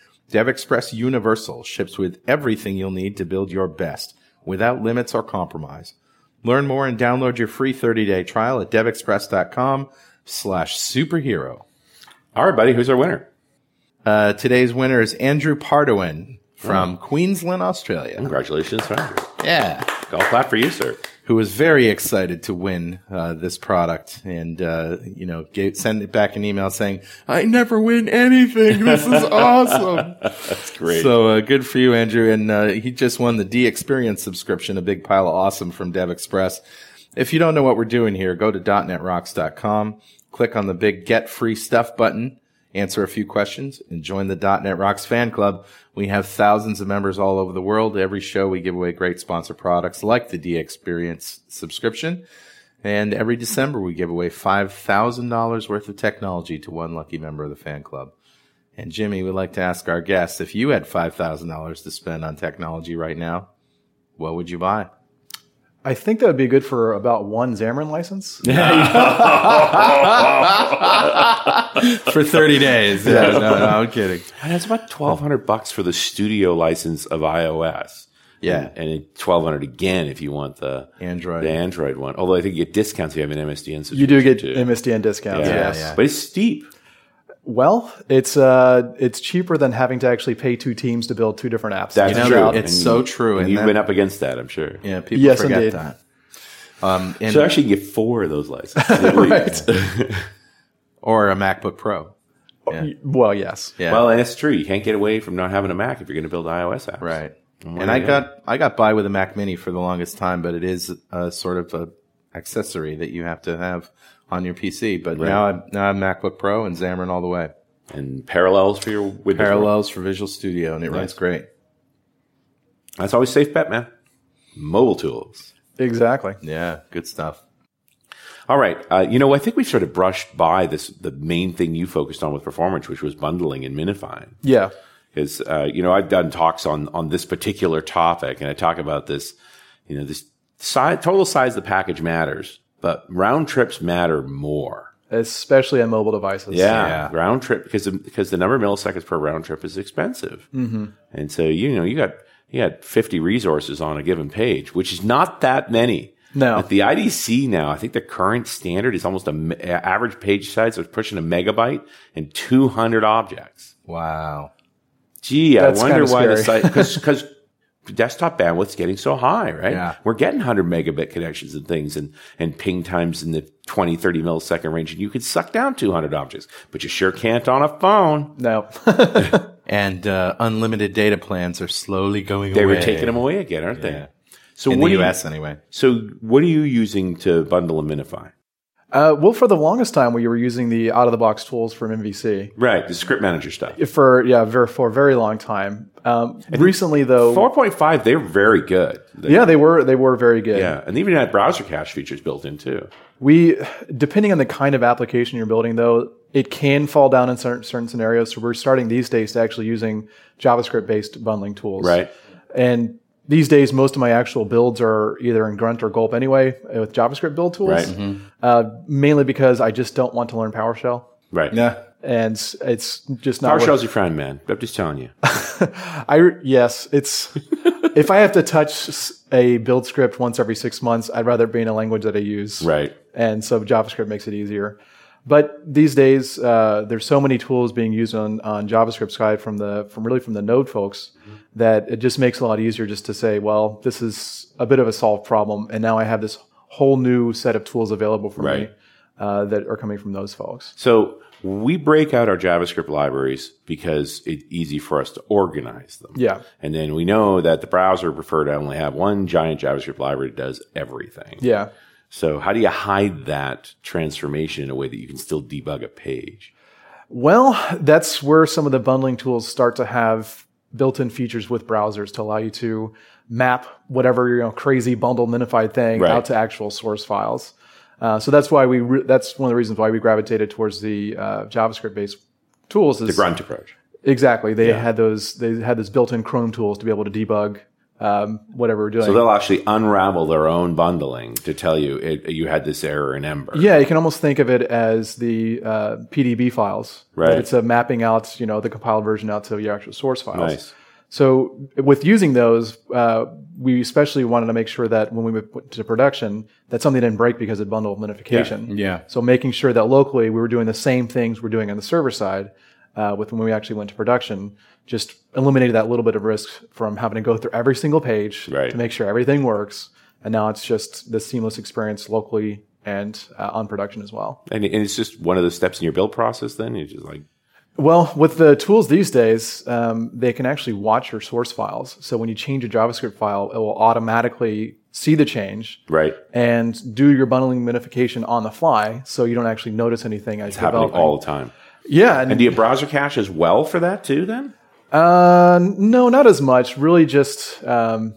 Speaker 2: DevExpress Universal ships with everything you'll need to build your best without limits or compromise. Learn more and download your free 30-day trial at devexpress.com slash superhero.
Speaker 3: All right, buddy. Who's our winner?
Speaker 2: Uh, today's winner is Andrew Pardoin from Queensland, Australia.
Speaker 3: Congratulations, Andrew.
Speaker 2: Yeah.
Speaker 3: Golf clap for you, sir.
Speaker 2: Who was very excited to win uh, this product and, uh, you know, gave, send it back an email saying, I never win anything. This is awesome.
Speaker 3: That's great.
Speaker 2: So uh, good for you, Andrew. And uh, he just won the D Experience subscription, a big pile of awesome from Dev Express. If you don't know what we're doing here, go to .NETRocks.com, click on the big Get Free Stuff button, answer a few questions, and join the .NET Rocks fan club. We have thousands of members all over the world. Every show we give away great sponsor products like the D Experience subscription. And every December we give away $5,000 worth of technology to one lucky member of the fan club. And Jimmy, we'd like to ask our guests if you had $5,000 to spend on technology right now, what would you buy?
Speaker 4: I think that would be good for about one Xamarin license.
Speaker 2: For 30 days. Yeah, no, no, I'm kidding.
Speaker 3: And it's about twelve hundred bucks for the studio license of iOS.
Speaker 2: Yeah.
Speaker 3: and, and twelve hundred again if you want the
Speaker 2: Android.
Speaker 3: the Android one. Although I think you get discounts if you have an MSDN subscription.
Speaker 4: You do get
Speaker 3: too.
Speaker 4: MSDN discounts.
Speaker 3: Yeah.
Speaker 4: Yes.
Speaker 2: yeah.
Speaker 3: but it's steep.
Speaker 4: Well, it's uh, it's cheaper than having to actually pay two teams to build two different apps.
Speaker 3: That's
Speaker 2: know,
Speaker 3: true.
Speaker 2: it's so true,
Speaker 3: And,
Speaker 2: and
Speaker 3: you've
Speaker 2: that-
Speaker 3: been up against that, I'm sure.
Speaker 2: Yeah, people
Speaker 4: Yes,
Speaker 2: forget
Speaker 4: indeed.
Speaker 2: that. Um, and,
Speaker 3: So actually, you get four of those licenses. at least.
Speaker 2: or a MacBook Pro.
Speaker 4: Well, yes.
Speaker 2: Yeah.
Speaker 3: Well, and that's true. You can't get away from not having a Mac if you're going to build iOS apps.
Speaker 2: right. And I got I got by with a Mac Mini for the longest time, but it is a sort of a accessory that you have to have on your PC. But now I'm now I'm MacBook Pro and Xamarin all the way.
Speaker 3: And parallels for your Windows.
Speaker 2: Parallels for Visual Studio, and it runs great.
Speaker 3: That's always safe bet, man. Mobile tools.
Speaker 4: Exactly.
Speaker 2: Yeah, good stuff.
Speaker 3: All right. Uh, you know, I think we sort of brushed by this the main thing you focused on with performance, which was bundling and minifying.
Speaker 4: Yeah.
Speaker 3: Because uh, you know, I've done talks on on this particular topic, and I talk about this. You know, this size, total size of the package matters, but round trips matter more.
Speaker 4: Especially on mobile devices.
Speaker 3: round trip because the- because the number of milliseconds per round trip is expensive, mm-hmm. and so you know you got you got fifty resources on a given page, which is not that many.
Speaker 4: No.
Speaker 3: At the IDC now, I think the current standard is almost a me- a- average page size of pushing a megabyte and two hundred objects.
Speaker 2: Wow.
Speaker 3: Gee,
Speaker 4: That's
Speaker 3: I wonder
Speaker 4: kinda
Speaker 3: why the
Speaker 4: scary.
Speaker 3: site because desktop bandwidth's getting so high, right?
Speaker 2: Yeah.
Speaker 3: We're getting 100 megabit connections and things and, and ping times in the 20, 30 millisecond range, and you could suck down 200 objects, but you sure can't on a phone.
Speaker 4: No.
Speaker 2: And uh, unlimited data plans are slowly going
Speaker 3: They
Speaker 2: away.
Speaker 3: were taking them away again, aren't
Speaker 2: Yeah.
Speaker 3: they? So
Speaker 2: in
Speaker 3: what
Speaker 2: the
Speaker 3: do you-
Speaker 2: US anyway.
Speaker 3: so what are you using to bundle and minify?
Speaker 4: uh, well, for the longest time, we were using the out of the box tools from MVC
Speaker 3: Right, the script manager stuff.
Speaker 4: for yeah ver for a very long time. Um, recently, though,
Speaker 3: 4.5, they're very good. They-
Speaker 4: yeah, they were they were very good.
Speaker 3: yeah, and they even had browser cache features built in too.
Speaker 4: We, depending on the kind of application you're building, though, it can fall down in certain, certain scenarios. So we're starting these days to actually using JavaScript-based bundling tools.
Speaker 3: Right.
Speaker 4: And these days, most of my actual builds are either in Grunt or Gulp anyway uh, with JavaScript build tools,
Speaker 3: Right. mm-hmm.
Speaker 4: mainly because I just don't want to learn PowerShell.
Speaker 3: Right.
Speaker 2: Yeah.
Speaker 4: And s- it's just not.
Speaker 3: PowerShell's your friend, man. I'm just telling you.
Speaker 4: what- I yes, it's. if I have to touch s- a build script once every six months, I'd rather it be in a language that I use.
Speaker 3: Right.
Speaker 4: and so JavaScript makes it easier. But these days, uh, there's so many tools being used on, on JavaScript side from the from really from the Node folks
Speaker 3: Mm-hmm.
Speaker 4: that it just makes it a lot easier just to say, well, this is a bit of a solved problem, and now I have this whole new set of tools available for me
Speaker 3: Right.
Speaker 4: uh, that are coming from those folks.
Speaker 3: So we break out our JavaScript libraries because it's easy for us to organize them.
Speaker 4: Yeah.
Speaker 3: And then we know that the browser prefer to only have one giant JavaScript library that does everything.
Speaker 4: Yeah.
Speaker 3: So how do you hide that transformation in a way that you can still debug a page?
Speaker 4: Well, that's where some of the bundling tools start to have built-in features with browsers to allow you to map whatever you know crazy bundle minified thing
Speaker 3: Right.
Speaker 4: out to actual source files. Uh, so that's why we re- that's one of the reasons why we gravitated towards the uh, JavaScript-based tools. Is
Speaker 3: The grunt approach.
Speaker 4: exactly they had those they had those built-in Chrome tools to be able to debug um, whatever we're doing.
Speaker 3: So they'll actually unravel their own bundling to tell you it, you had this error in Ember.
Speaker 4: Yeah, you can almost think of it as the uh, PDB files.
Speaker 3: Right.
Speaker 4: It's a mapping out, you know, the compiled version out to your actual source files.
Speaker 3: Nice.
Speaker 4: So with using those, uh, we especially wanted to make sure that when we went to production, that something didn't break because of bundle modification.
Speaker 2: yeah.
Speaker 4: So making sure that locally we were doing the same things we're doing on the server side uh, with when we actually went to production, just eliminated that little bit of risk from having to go through every single page
Speaker 3: Right.
Speaker 4: to make sure everything works. And now it's just this seamless experience locally and uh, on production as well.
Speaker 3: And, and it's just one of the steps in your build process then? You're just like,
Speaker 4: Well, with the tools these days, um, they can actually watch your source files. So when you change a JavaScript file, it will automatically see the change
Speaker 3: right,
Speaker 4: and do your bundling modification on the fly, so you don't actually notice anything as
Speaker 3: it's
Speaker 4: you're
Speaker 3: happening
Speaker 4: developing.
Speaker 3: all the time.
Speaker 4: yeah,
Speaker 3: And do you browser cache as well for that too then?
Speaker 4: Uh, no, not as much. Really, just um,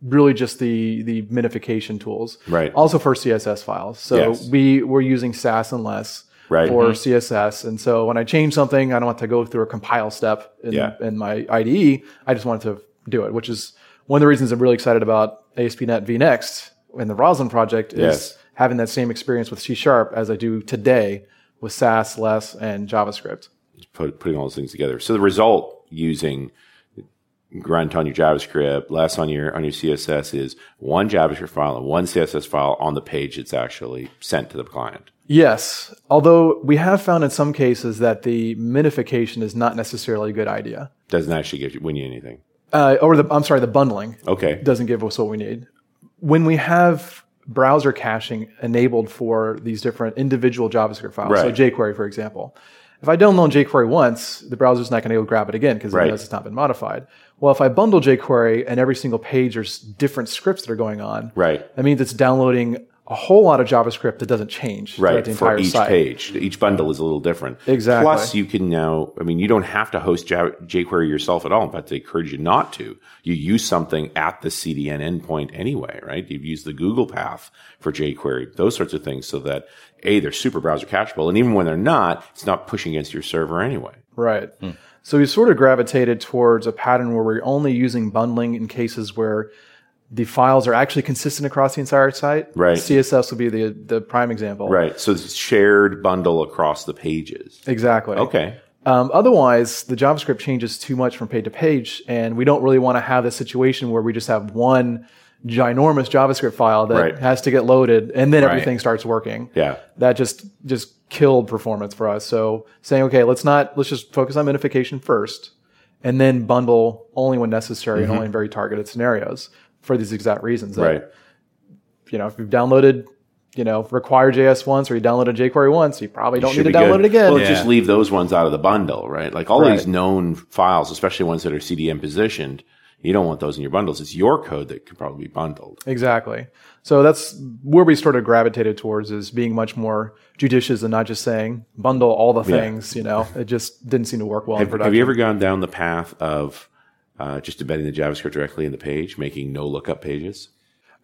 Speaker 4: really just the the minification tools.
Speaker 3: Right.
Speaker 4: Also for CSS files. So
Speaker 3: Yes.
Speaker 4: we we're using Sass and Less
Speaker 3: Right.
Speaker 4: for
Speaker 3: Mhm.
Speaker 4: CSS, and so when I change something, I don't have to go through a compile step in,
Speaker 3: Yeah.
Speaker 4: in my IDE. I just wanted to do it, which is one of the reasons I'm really excited about ASP.NET vNext and the Roslyn project is
Speaker 3: Yes.
Speaker 4: having that same experience with C Sharp as I do today with Sass, Less, and JavaScript.
Speaker 3: Put, putting all those things together. So the result using grunt on your JavaScript, less on your on your CSS is one JavaScript file and one CSS file on the page that's actually sent to the client.
Speaker 4: Yes, although we have found in some cases that the minification is not necessarily a good idea,
Speaker 3: Doesn't actually give you, win you anything.
Speaker 4: uh, or the I'm sorry, the bundling
Speaker 3: Okay.
Speaker 4: doesn't give us what we need. When we have browser caching enabled for these different individual JavaScript files, so
Speaker 3: Right.
Speaker 4: jQuery, for example, if I download jQuery once, the browser's not going to go grab it again because
Speaker 3: Right.
Speaker 4: it knows it's not been modified. Well, if I bundle jQuery and every single page there's different scripts that are going on,
Speaker 3: Right.
Speaker 4: that means it's downloading a whole lot of JavaScript that doesn't change throughout
Speaker 3: right
Speaker 4: the
Speaker 3: for
Speaker 4: entire
Speaker 3: each
Speaker 4: site.
Speaker 3: page each bundle is a little different
Speaker 4: Exactly.
Speaker 3: plus you can now i mean you don't have to host J- jquery yourself at all in fact they encourage you not to you use something at the cdn endpoint anyway right you've used the google path for jquery those sorts of things so that a they're super browser cacheable and even when they're not it's not pushing against your server anyway
Speaker 4: Right.
Speaker 3: Hmm.
Speaker 4: So we sort of gravitated towards a pattern where we're only using bundling in cases where the files are actually consistent across the entire site.
Speaker 3: Right.
Speaker 4: CSS would be the the prime example.
Speaker 3: right so it's shared bundle across the pages
Speaker 4: Exactly.
Speaker 3: okay
Speaker 4: Um, otherwise, the JavaScript changes too much from page to page, and we don't really want to have this situation where we just have one ginormous JavaScript file that
Speaker 3: Right.
Speaker 4: has to get loaded, and then everything starts working.
Speaker 3: yeah
Speaker 4: that just just killed performance for us. So saying, okay, let's not let's just focus on minification first, and then bundle only when necessary and only in very targeted scenarios for these exact reasons. That,
Speaker 3: Mm-hmm. right
Speaker 4: You know, if you've downloaded, you know, require JS once or you downloaded jQuery once, you probably don't
Speaker 3: should
Speaker 4: need to
Speaker 3: be
Speaker 4: download
Speaker 3: good.
Speaker 4: it again.
Speaker 3: Well, just leave those ones out of the bundle, right? Like all
Speaker 4: Right.
Speaker 3: these known files, especially ones that are CDN positioned, you don't want those in your bundles. It's your code that could probably be bundled.
Speaker 4: Exactly. So that's where we sort of gravitated towards is being much more judicious and not just saying bundle all the things. You know, it just didn't seem to work well in
Speaker 3: Have,
Speaker 4: production.
Speaker 3: have you ever gone down the path of uh, just embedding the JavaScript directly in the page, making no lookup pages?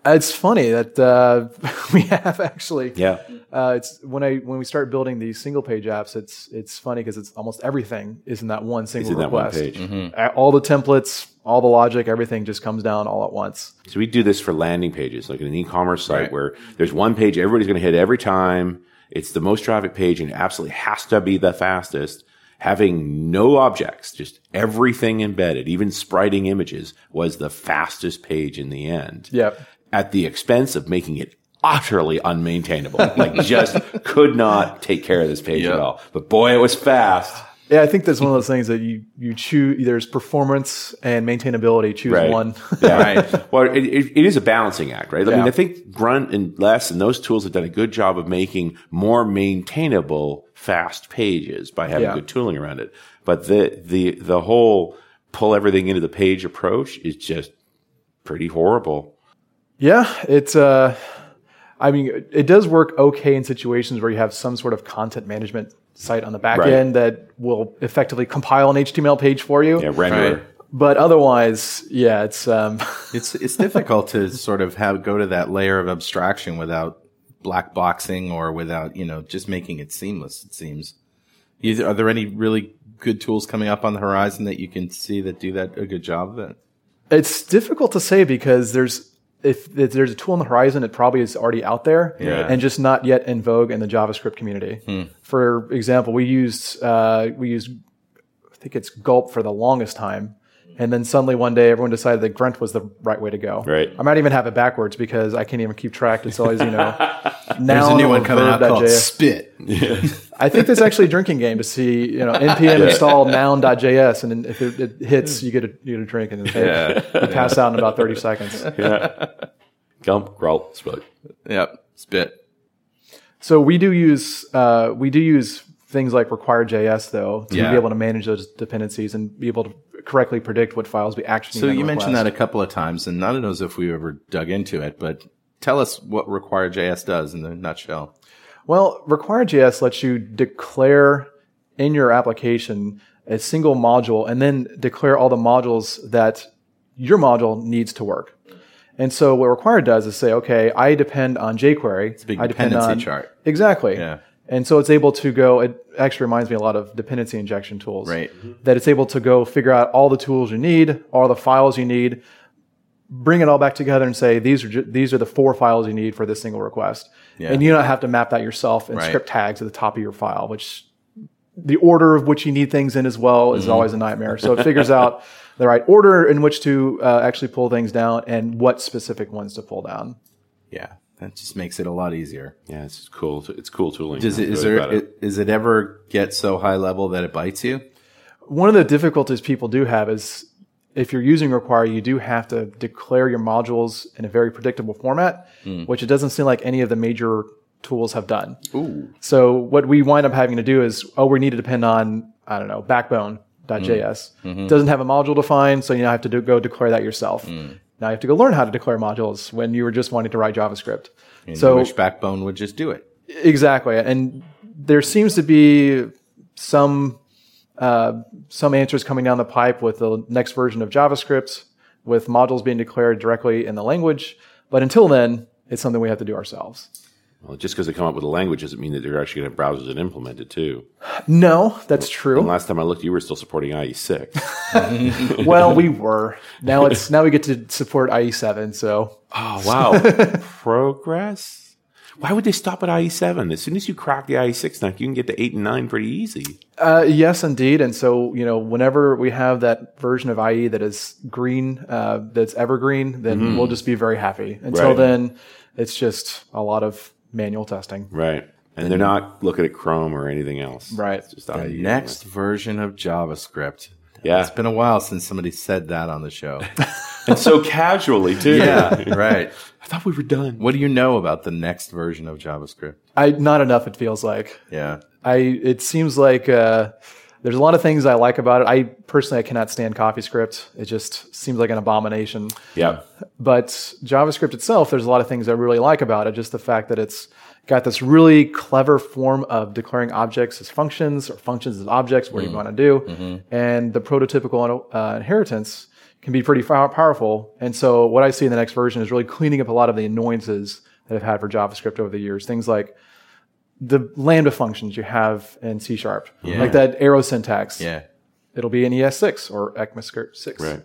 Speaker 4: It's funny that uh, we have actually.
Speaker 3: Yeah.
Speaker 4: Uh, it's when I when we start building these single page apps. It's it's funny because it's almost everything is in that one
Speaker 3: It's
Speaker 4: single
Speaker 3: in that one
Speaker 4: request.
Speaker 3: page.
Speaker 4: Uh, All the templates, all the logic, everything just comes down all at once.
Speaker 3: So we do this for landing pages, like in an e-commerce site where there's one page everybody's going to hit every time. It's the most traffic page and it absolutely has to be the fastest. Having no objects, just everything embedded, even spriting images was the fastest page in the end.
Speaker 4: Yep.
Speaker 3: At the expense of making it utterly unmaintainable. like just could not take care of this page at all. But boy, it was fast.
Speaker 4: Yeah, I think that's one of those things that you you choose. There's performance and maintainability. Choose
Speaker 3: Right.
Speaker 4: one.
Speaker 3: Yeah. Well, it, it, it is a balancing act, right? I mean,
Speaker 4: Yeah.
Speaker 3: I think Grunt and Less and those tools have done a good job of making more maintainable fast pages by having
Speaker 4: Yeah.
Speaker 3: good tooling around it. But the the the whole pull everything into the page approach is just pretty horrible.
Speaker 4: Yeah, it's. Uh, I mean, it does work okay in situations where you have some sort of content management site on the back
Speaker 3: Right.
Speaker 4: end that will effectively compile an HTML page for you.
Speaker 3: Yeah, renderer.
Speaker 2: Right.
Speaker 4: But otherwise, yeah, it's. Um,
Speaker 2: It's it's difficult to sort of have go to that layer of abstraction without black boxing or without you know just making it seamless. It seems. Is- Are there any really good tools coming up on the horizon that you can see that do that a good job of it?
Speaker 4: It's difficult to say because there's if, if there's a tool on the horizon, it probably is already out there
Speaker 2: Yeah. Hmm.
Speaker 4: and just not yet in vogue in the JavaScript community. For example, we used uh, we used I think it's Gulp for the longest time, and then suddenly one day everyone decided that Grunt was the right way to go.
Speaker 3: Right.
Speaker 4: I might even have it backwards because I can't even keep track. It's always you know.
Speaker 2: There's
Speaker 4: noun
Speaker 2: a new
Speaker 4: or
Speaker 2: one coming out
Speaker 4: verb.js.
Speaker 2: called Spit.
Speaker 4: I think there's actually a drinking game to see, you know, npm install noun.js, and then if it, it
Speaker 2: Hmm.
Speaker 4: hits, you get a you get a drink, and then you pass out in about 30 seconds.
Speaker 3: Gump, growl, spug.
Speaker 2: Yep, Spit.
Speaker 4: So we do use uh, we do use things like require JS though to
Speaker 2: Yeah.
Speaker 4: be able to manage those dependencies and be able to correctly predict what files we actually.
Speaker 2: So
Speaker 4: need to
Speaker 2: you mentioned
Speaker 4: request.
Speaker 2: that a couple of times, and I don't know as if we ever dug into it, but tell us what Require.js does in a nutshell.
Speaker 4: Well, Require.js lets you declare in your application a single module and then declare all the modules that your module needs to work. And so what Require does is say, okay, I depend on jQuery. It's
Speaker 2: a big
Speaker 4: I depend
Speaker 2: dependency
Speaker 4: on,
Speaker 2: chart.
Speaker 4: Exactly.
Speaker 2: Yeah.
Speaker 4: And so it's able to go, it actually reminds me a lot of dependency injection tools.
Speaker 2: Right.
Speaker 4: That it's able to go figure out all the tools you need, all the files you need, bring it all back together and say, these are, ju- these are the four files you need for this single request. And you don't have to map that yourself and
Speaker 2: Right.
Speaker 4: script tags at the top of your file, which the order of which you need things in as well is always a nightmare. So it figures out the right order in which to uh, actually pull things down and what specific ones to pull down.
Speaker 2: Yeah, that just makes it a lot easier.
Speaker 3: Yeah, it's cool. It's cool tooling.
Speaker 2: Does it,
Speaker 3: I'm
Speaker 2: is
Speaker 3: really
Speaker 2: there
Speaker 3: proud of
Speaker 2: is, it ever get so high level that it bites you?
Speaker 4: One of the difficulties people do have is if you're using require, you do have to declare your modules in a very predictable format, which it doesn't seem like any of the major tools have done.
Speaker 2: Ooh,
Speaker 4: So what we wind up having to do is, oh, we need to depend on, I don't know, backbone.js. Doesn't have a module defined, so you now have to do, go declare that yourself. Now you have to go learn how to declare modules when you were just wanting to write JavaScript.
Speaker 2: so
Speaker 4: so
Speaker 2: wish Backbone would just do it.
Speaker 4: exactly, and there seems to be some uh, some answers coming down the pipe with the next version of JavaScript, with modules being declared directly in the language. But until then, it's something we have to do ourselves.
Speaker 3: it. Well, just because they come up with a language doesn't mean that they're actually going to have browsers that implement it too.
Speaker 4: No, that's true.
Speaker 3: And last time I E looked, you were still supporting IE6.
Speaker 4: well, we were. Now it's now we get to support IE7. So
Speaker 3: oh wow, progress. Why would they stop at IE7? As soon as you crack the IE6 nut, you can get to eight and nine pretty easy.
Speaker 4: uh, yes, indeed. And so you know, whenever we have that version of IE that is green, uh, that's evergreen, then we'll just be very happy. Until
Speaker 3: Right.
Speaker 4: then, it's just a lot of manual testing.
Speaker 3: Right. And they're not looking at Chrome or anything else.
Speaker 4: Right.
Speaker 3: It's just IE.
Speaker 2: Next version of JavaScript.
Speaker 3: Yeah.
Speaker 2: It's been a while since somebody said that on the show.
Speaker 3: and so casually too.
Speaker 2: yeah, right.
Speaker 3: I thought we were done.
Speaker 2: What do you know about the next version of JavaScript?
Speaker 4: I not enough. It feels like
Speaker 2: Yeah.
Speaker 4: I. It seems like. Uh, there's a lot of things I like about it. I personally I cannot stand CoffeeScript. It just seems like an abomination.
Speaker 3: Yeah.
Speaker 4: But JavaScript itself, there's a lot of things I really like about it. Just the fact that it's got this really clever form of declaring objects as functions or functions as objects. What do
Speaker 2: Mm.
Speaker 4: you want to do?
Speaker 2: Mm-hmm.
Speaker 4: And the prototypical uh, inheritance can be pretty pow- powerful. And so what I see in the next version is really cleaning up a lot of the annoyances that I've had for JavaScript over the years. Things like the lambda functions you have in C sharp, like that arrow syntax.
Speaker 2: Yeah.
Speaker 4: It'll be in ES6 or ECMAScript 6.
Speaker 3: Right.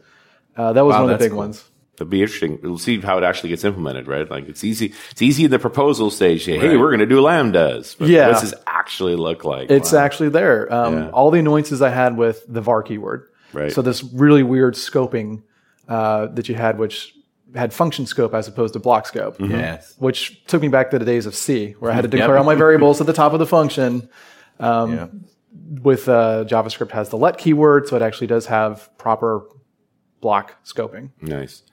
Speaker 4: Uh, that was
Speaker 2: Wow,
Speaker 4: one of the
Speaker 2: that's
Speaker 4: big
Speaker 2: cool.
Speaker 4: ones.
Speaker 3: It'll be interesting. We'll see how it actually gets implemented, right? Like it's easy. It's easy in the proposal stage. Hey, hey, we're going to do lambdas. But
Speaker 4: Yeah.
Speaker 3: What's this actually look like?
Speaker 4: It's actually there. Um, All the annoyances I had with the var keyword.
Speaker 3: Right.
Speaker 4: So this really weird scoping uh, that you had, which had function scope as opposed to block scope,
Speaker 3: Mm-hmm.
Speaker 2: Yes.
Speaker 4: which took me back to the days of C, where I had to declare all my variables at the top of the function. Um,
Speaker 2: yeah.
Speaker 4: With uh, JavaScript has the let keyword, so it actually does have proper block scoping.
Speaker 3: nice.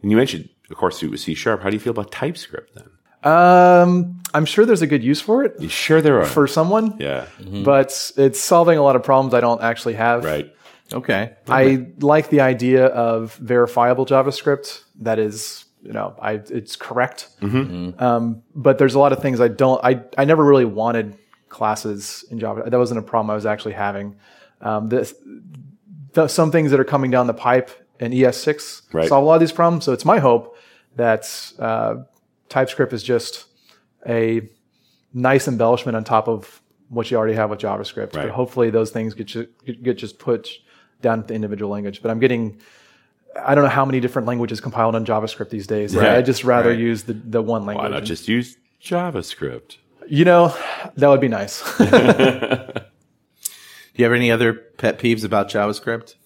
Speaker 3: And you mentioned, of course, it was C sharp. How do you feel about TypeScript then?
Speaker 4: Um, I'm sure there's a good use for it
Speaker 3: You sure there are?
Speaker 4: for someone,
Speaker 3: yeah. Mm-hmm.
Speaker 4: but it's solving a lot of problems I don't actually have.
Speaker 3: Right.
Speaker 2: Okay.
Speaker 4: I like the idea of verifiable JavaScript that is, you know, I, it's correct. Um, but there's a lot of things I don't, I, I never really wanted classes in Java. That wasn't a problem I was actually having. Um, this, th- some things that are coming down the pipe in ES6
Speaker 3: Right.
Speaker 4: solve a lot of these problems. So it's my hope that uh, TypeScript is just a nice embellishment on top of what you already have with JavaScript. But hopefully those things get ju- get just put down at the individual language. But I'm getting I don't know how many different languages compiled on JavaScript these days.
Speaker 2: Right,
Speaker 4: I just rather
Speaker 2: right.
Speaker 4: use the, the one
Speaker 3: Why
Speaker 4: language.
Speaker 3: not just use JavaScript?
Speaker 4: you know, that would be nice.
Speaker 2: Do you have any other pet peeves about JavaScript?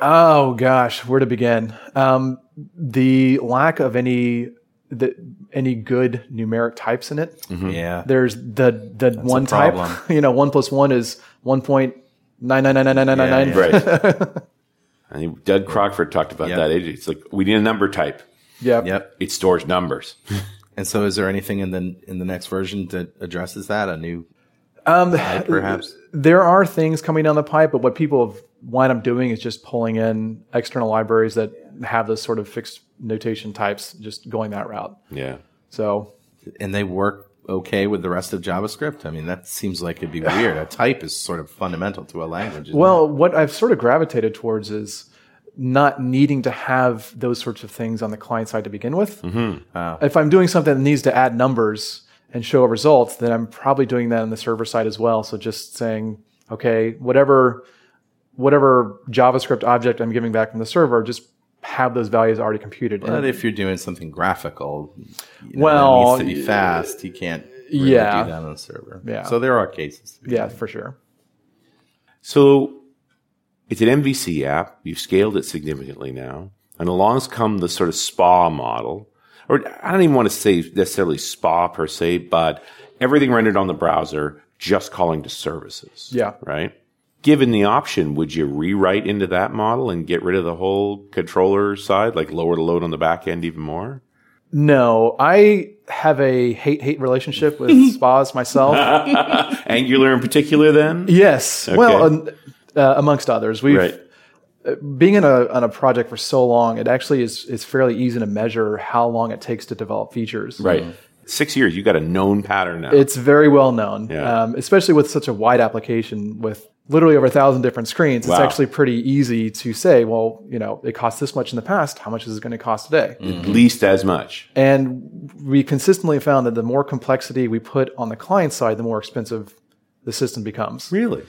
Speaker 4: Oh gosh, where to begin? Um, the lack of any the, any good numeric types in it.
Speaker 3: Hmm.
Speaker 2: Yeah.
Speaker 4: There's the the one type.
Speaker 2: Mm-hmm. problem.
Speaker 4: You know, one plus one is one point nine nine nine nine nine nine nine.
Speaker 2: Yeah,
Speaker 3: Right. I think Doug Crockford talked about
Speaker 2: Yeah.
Speaker 3: that. It- It's like we need a number type.
Speaker 4: Yep.
Speaker 2: Yep.
Speaker 3: It stores numbers.
Speaker 2: And so, is there anything in the in the next version that addresses that? A new
Speaker 4: Um,
Speaker 2: type, perhaps?
Speaker 4: there are things coming down the pipe, but what people have wind up doing is just pulling in external libraries that have those sort of fixed notation types, just going that route.
Speaker 3: yeah.
Speaker 4: So
Speaker 2: and they work okay with the rest of JavaScript. I mean, that seems like it'd be weird. A type is sort of fundamental to a language. isn't
Speaker 4: Well, what I've sort of gravitated towards is not needing to have those sorts of things on the client side to begin with. Uh, If I'm doing something that needs to add numbers and show a result, then I'm probably doing that on the server side as well. So just saying, okay, whatever whatever JavaScript object I'm giving back from the server, just have those values already computed.
Speaker 2: But
Speaker 4: And-
Speaker 2: if you're doing something graphical, you know, that
Speaker 4: Well,
Speaker 2: needs to be fast. You can't really
Speaker 4: yeah.
Speaker 2: do that on a server.
Speaker 4: Yeah.
Speaker 2: So there are cases.
Speaker 4: yeah, for sure.
Speaker 3: So it's an MVC app. You've scaled it significantly now. And along's come the sort of spa model. Or I don't even want to say necessarily spa per se, but everything rendered on the browser, just calling to services.
Speaker 4: Yeah.
Speaker 3: Right? Given the option, would you rewrite into that model and get rid of the whole controller side, like lower the load on the back end even more?
Speaker 4: No, I have a hate hate relationship with spas myself.
Speaker 3: Angular in particular, then?
Speaker 4: Yes. Well, um, uh, amongst others, we've
Speaker 3: Right.
Speaker 4: being in a on a project for so long. It actually is is fairly easy to measure how long it takes to develop features.
Speaker 3: Right. Six years, you got a known pattern now.
Speaker 4: It's very well known,
Speaker 3: Yeah.
Speaker 4: um, especially with such a wide application with literally over a thousand different screens. It's
Speaker 3: Wow.
Speaker 4: actually pretty easy to say, well, you know, it cost this much in the past. How much is it going to cost today?
Speaker 3: At least as much.
Speaker 4: And we consistently found that the more complexity we put on the client side, the more expensive the system becomes.
Speaker 3: Really?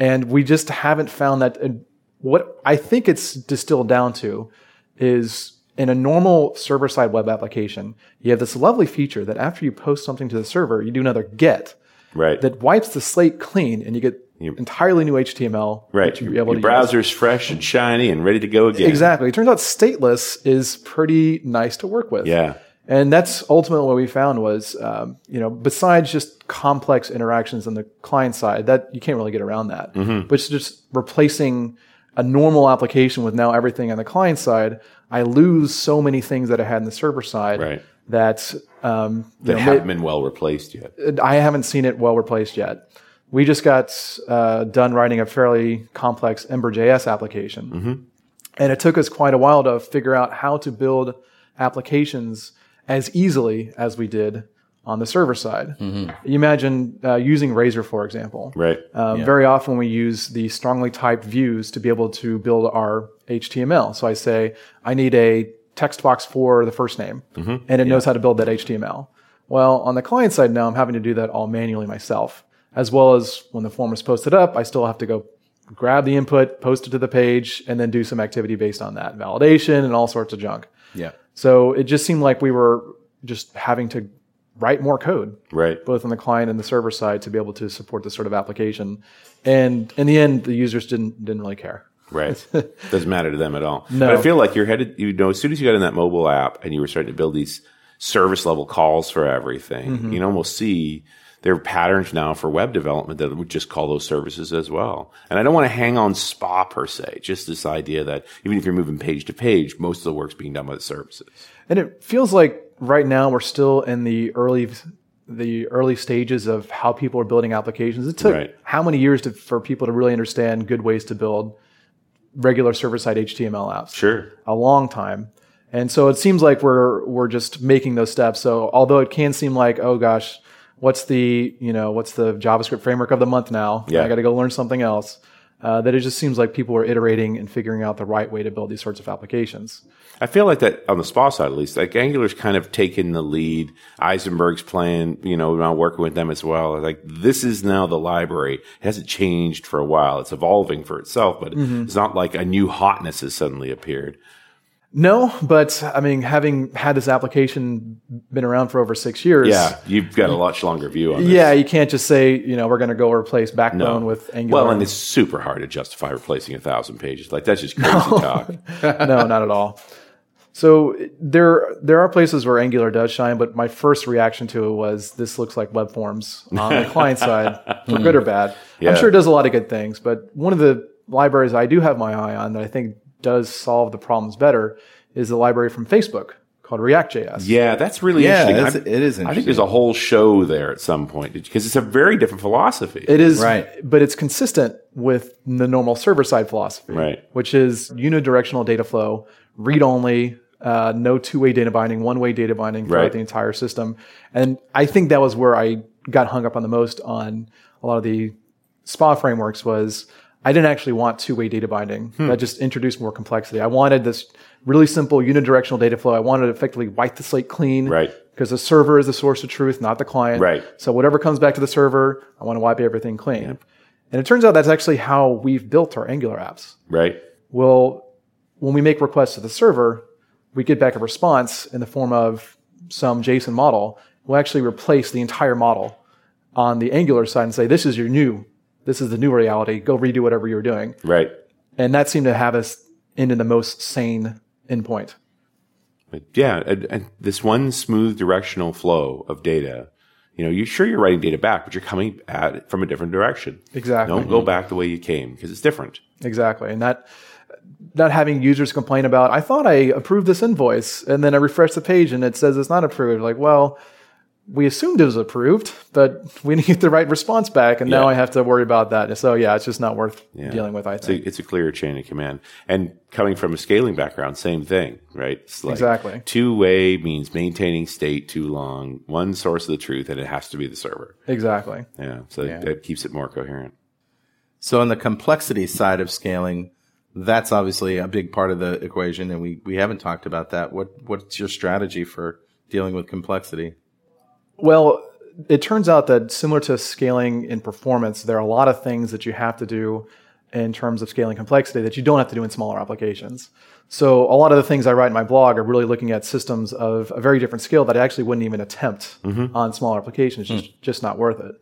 Speaker 4: and we just haven't found that. And what I think it's distilled down to is in a normal server side web application, you have this lovely feature that after you post something to the server, you do another get
Speaker 3: Right.
Speaker 4: that wipes the slate clean and you get entirely new HTML.
Speaker 3: Right.
Speaker 4: that you'll
Speaker 3: Your,
Speaker 4: be able
Speaker 3: your
Speaker 4: to use.
Speaker 3: browser's fresh and shiny and ready to go again.
Speaker 4: Exactly. It turns out stateless is pretty nice to work with.
Speaker 3: Yeah.
Speaker 4: And that's ultimately what we found was, um, you know, besides just complex interactions on the client side, that you can't really get around that.
Speaker 3: Mm-hmm.
Speaker 4: But it's just replacing a normal application with now everything on the client side, I lose so many things that I had on the server side
Speaker 3: Right.
Speaker 4: that um, you
Speaker 3: That
Speaker 4: know,
Speaker 3: haven't been well replaced yet.
Speaker 4: I haven't seen it well replaced yet. We just got uh, done writing a fairly complex Ember.js application. And it took us quite a while to figure out how to build applications as easily as we did on the server side. You imagine uh, using Razor, for example.
Speaker 3: Right.
Speaker 4: Um, Very often we use the strongly typed views to be able to build our HTML. So I say, I need a text box for the first name, and it knows how to build that HTML. Well, on the client side now, I'm having to do that all manually myself, as well as when the form is posted up, I still have to go grab the input, post it to the page, and then do some activity based on that validation and all sorts of junk.
Speaker 2: Yeah.
Speaker 4: So it just seemed like we were just having to write more code
Speaker 3: right.
Speaker 4: both on the client and the server side to be able to support this sort of application. And in the end, the users didn't didn't really care.
Speaker 3: Right. Doesn't matter to them at all.
Speaker 4: No.
Speaker 3: But I feel like you're headed, you know, as soon as you got in that mobile app and you were starting to build these service level calls for everything,
Speaker 4: Mm-hmm.
Speaker 3: you can almost see there are patterns now for web development that would just call those services as well. And I don't want to hang on SPA per se, just this idea that even if you're moving page to page, most of the work's being done by the services.
Speaker 4: And it feels like right now we're still in the early the early stages of how people are building applications. It took
Speaker 3: Right.
Speaker 4: how many years to, for people to really understand good ways to build regular server side HTML apps?
Speaker 3: Sure.
Speaker 4: a long time. And so it seems like we're we're just making those steps. So although it can seem like, oh gosh, what's the you know what's the JavaScript framework of the month now?
Speaker 3: Yeah.
Speaker 4: I got to go learn something else. uh, that it just seems like people are iterating and figuring out the right way to build these sorts of applications.
Speaker 3: I feel like that on the spa side, at least, like Angular's kind of taken the lead. Eisenberg's playing, you know, now working with them as well. Like this is now the library. It hasn't changed for a while. It's evolving for itself, but it's not like a new hotness has suddenly appeared.
Speaker 4: No, but I mean, having had this application been around for over six years,
Speaker 3: Yeah, you've got a much longer view on this.
Speaker 4: yeah, you can't just say you know we're going to go replace Backbone with Angular.
Speaker 3: Well, and it's super hard to justify replacing a thousand pages. Like that's just crazy talk.
Speaker 4: no, not at all. So there, there are places where Angular does shine, but my first reaction to it was this looks like web forms on the client side, for good or bad.
Speaker 3: Yeah.
Speaker 4: I'm sure it does a lot of good things, but one of the libraries I do have my eye on that I think does solve the problems better is the library from Facebook called React.js.
Speaker 3: Yeah, that's really
Speaker 2: Yeah,
Speaker 3: interesting.
Speaker 2: it's- it is
Speaker 3: I think there's a whole show there at some point because it's a very different philosophy.
Speaker 4: It is
Speaker 2: Right.
Speaker 4: but it's consistent with the normal server side philosophy,
Speaker 3: Right.
Speaker 4: Which is unidirectional data flow, read only, uh, no two way data binding, one way data binding throughout
Speaker 3: Right.
Speaker 4: the entire system. And I think that was where I got hung up on the most on a lot of the SPA frameworks was I didn't actually want two way data binding.
Speaker 3: Hmm.
Speaker 4: That just introduced more complexity. I wanted this really simple unidirectional data flow. I wanted to effectively wipe the slate clean,
Speaker 3: Right.
Speaker 4: Because the server is the source of truth, not the client.
Speaker 3: Right.
Speaker 4: So whatever comes back to the server, I want to wipe everything clean. And it turns out that's actually how we've built our Angular apps.
Speaker 3: right.
Speaker 4: Well, when we make requests to the server, we get back a response in the form of some JSON model. We'll actually replace the entire model on the Angular side and say, this is your new, this is the new reality. Go redo whatever you're doing.
Speaker 3: Right.
Speaker 4: And that seemed to have us into the most sane endpoint.
Speaker 3: But yeah, and, and this one smooth directional flow of data. You know, you're sure you're writing data back, but you're coming at it from a different direction.
Speaker 4: Exactly. Mm-hmm.
Speaker 3: Don't go back the way you came because it's different.
Speaker 4: Exactly. And that not having users complain about, I thought I approved this invoice and then I refresh the page and it says it's not approved. Like, well, we assumed it was approved, but we need the right response back. And now
Speaker 3: Yeah.
Speaker 4: I have to worry about that. So yeah, it's just not worth
Speaker 3: Yeah.
Speaker 4: dealing with, I
Speaker 3: It's a,
Speaker 4: think.
Speaker 3: it's a clear chain of command. And coming from a scaling background, same thing, right? It's like
Speaker 4: Exactly.
Speaker 3: Two way means maintaining state too long, one source of the truth, and it has to be the server.
Speaker 4: exactly.
Speaker 3: Yeah. So that keeps it more coherent.
Speaker 2: So on the complexity side of scaling, that's obviously a big part of the equation, and we, we haven't talked about that. What what's your strategy for dealing with complexity?
Speaker 4: Well, it turns out that similar to scaling in performance, there are a lot of things that you have to do in terms of scaling complexity that you don't have to do in smaller applications. So a lot of the things I write in my blog are really looking at systems of a very different scale that I actually wouldn't even attempt on smaller applications. It's just, just not worth it.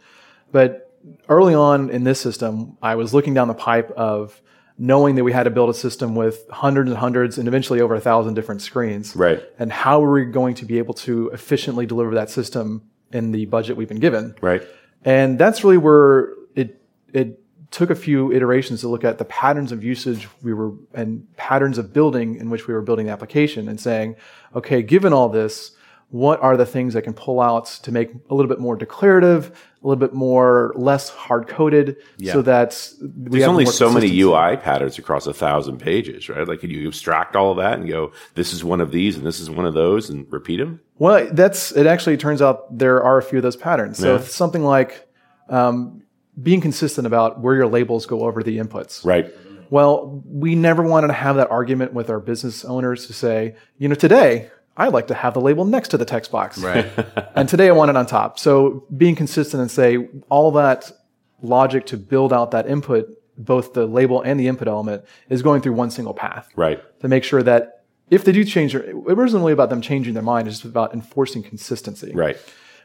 Speaker 4: But early on in this system, I was looking down the pipe of knowing that we had to build a system with hundreds and hundreds and eventually over a thousand different screens
Speaker 3: Right.
Speaker 4: and how are we going to be able to efficiently deliver that system in the budget we've been given
Speaker 3: Right.
Speaker 4: and that's really where it it took a few iterations to look at the patterns of usage we were and patterns of building in which we were building the application and saying okay given all this what are the things I can pull out to make a little bit more declarative, a little bit more less hard coded, so that we
Speaker 3: There's
Speaker 4: have
Speaker 3: only
Speaker 4: more
Speaker 3: so many
Speaker 4: consistency.
Speaker 3: UI patterns across a thousand pages, right? Like, can you abstract all of that and go, this is one of these and this is one of those and repeat them?
Speaker 4: Well, that's it. Actually, turns out there are a few of those patterns. So it's something like um, being consistent about where your labels go over the inputs.
Speaker 3: Right.
Speaker 4: Well, we never wanted to have that argument with our business owners to say, you know, today I like to have the label next to the text box, right? and today I want it on top. So being consistent and say all that logic to build out that input, both the label and the input element, is going through one single path
Speaker 3: Right.
Speaker 4: to make sure that if they do change their, it wasn't really about them changing their mind. It's just about enforcing consistency.
Speaker 3: Right.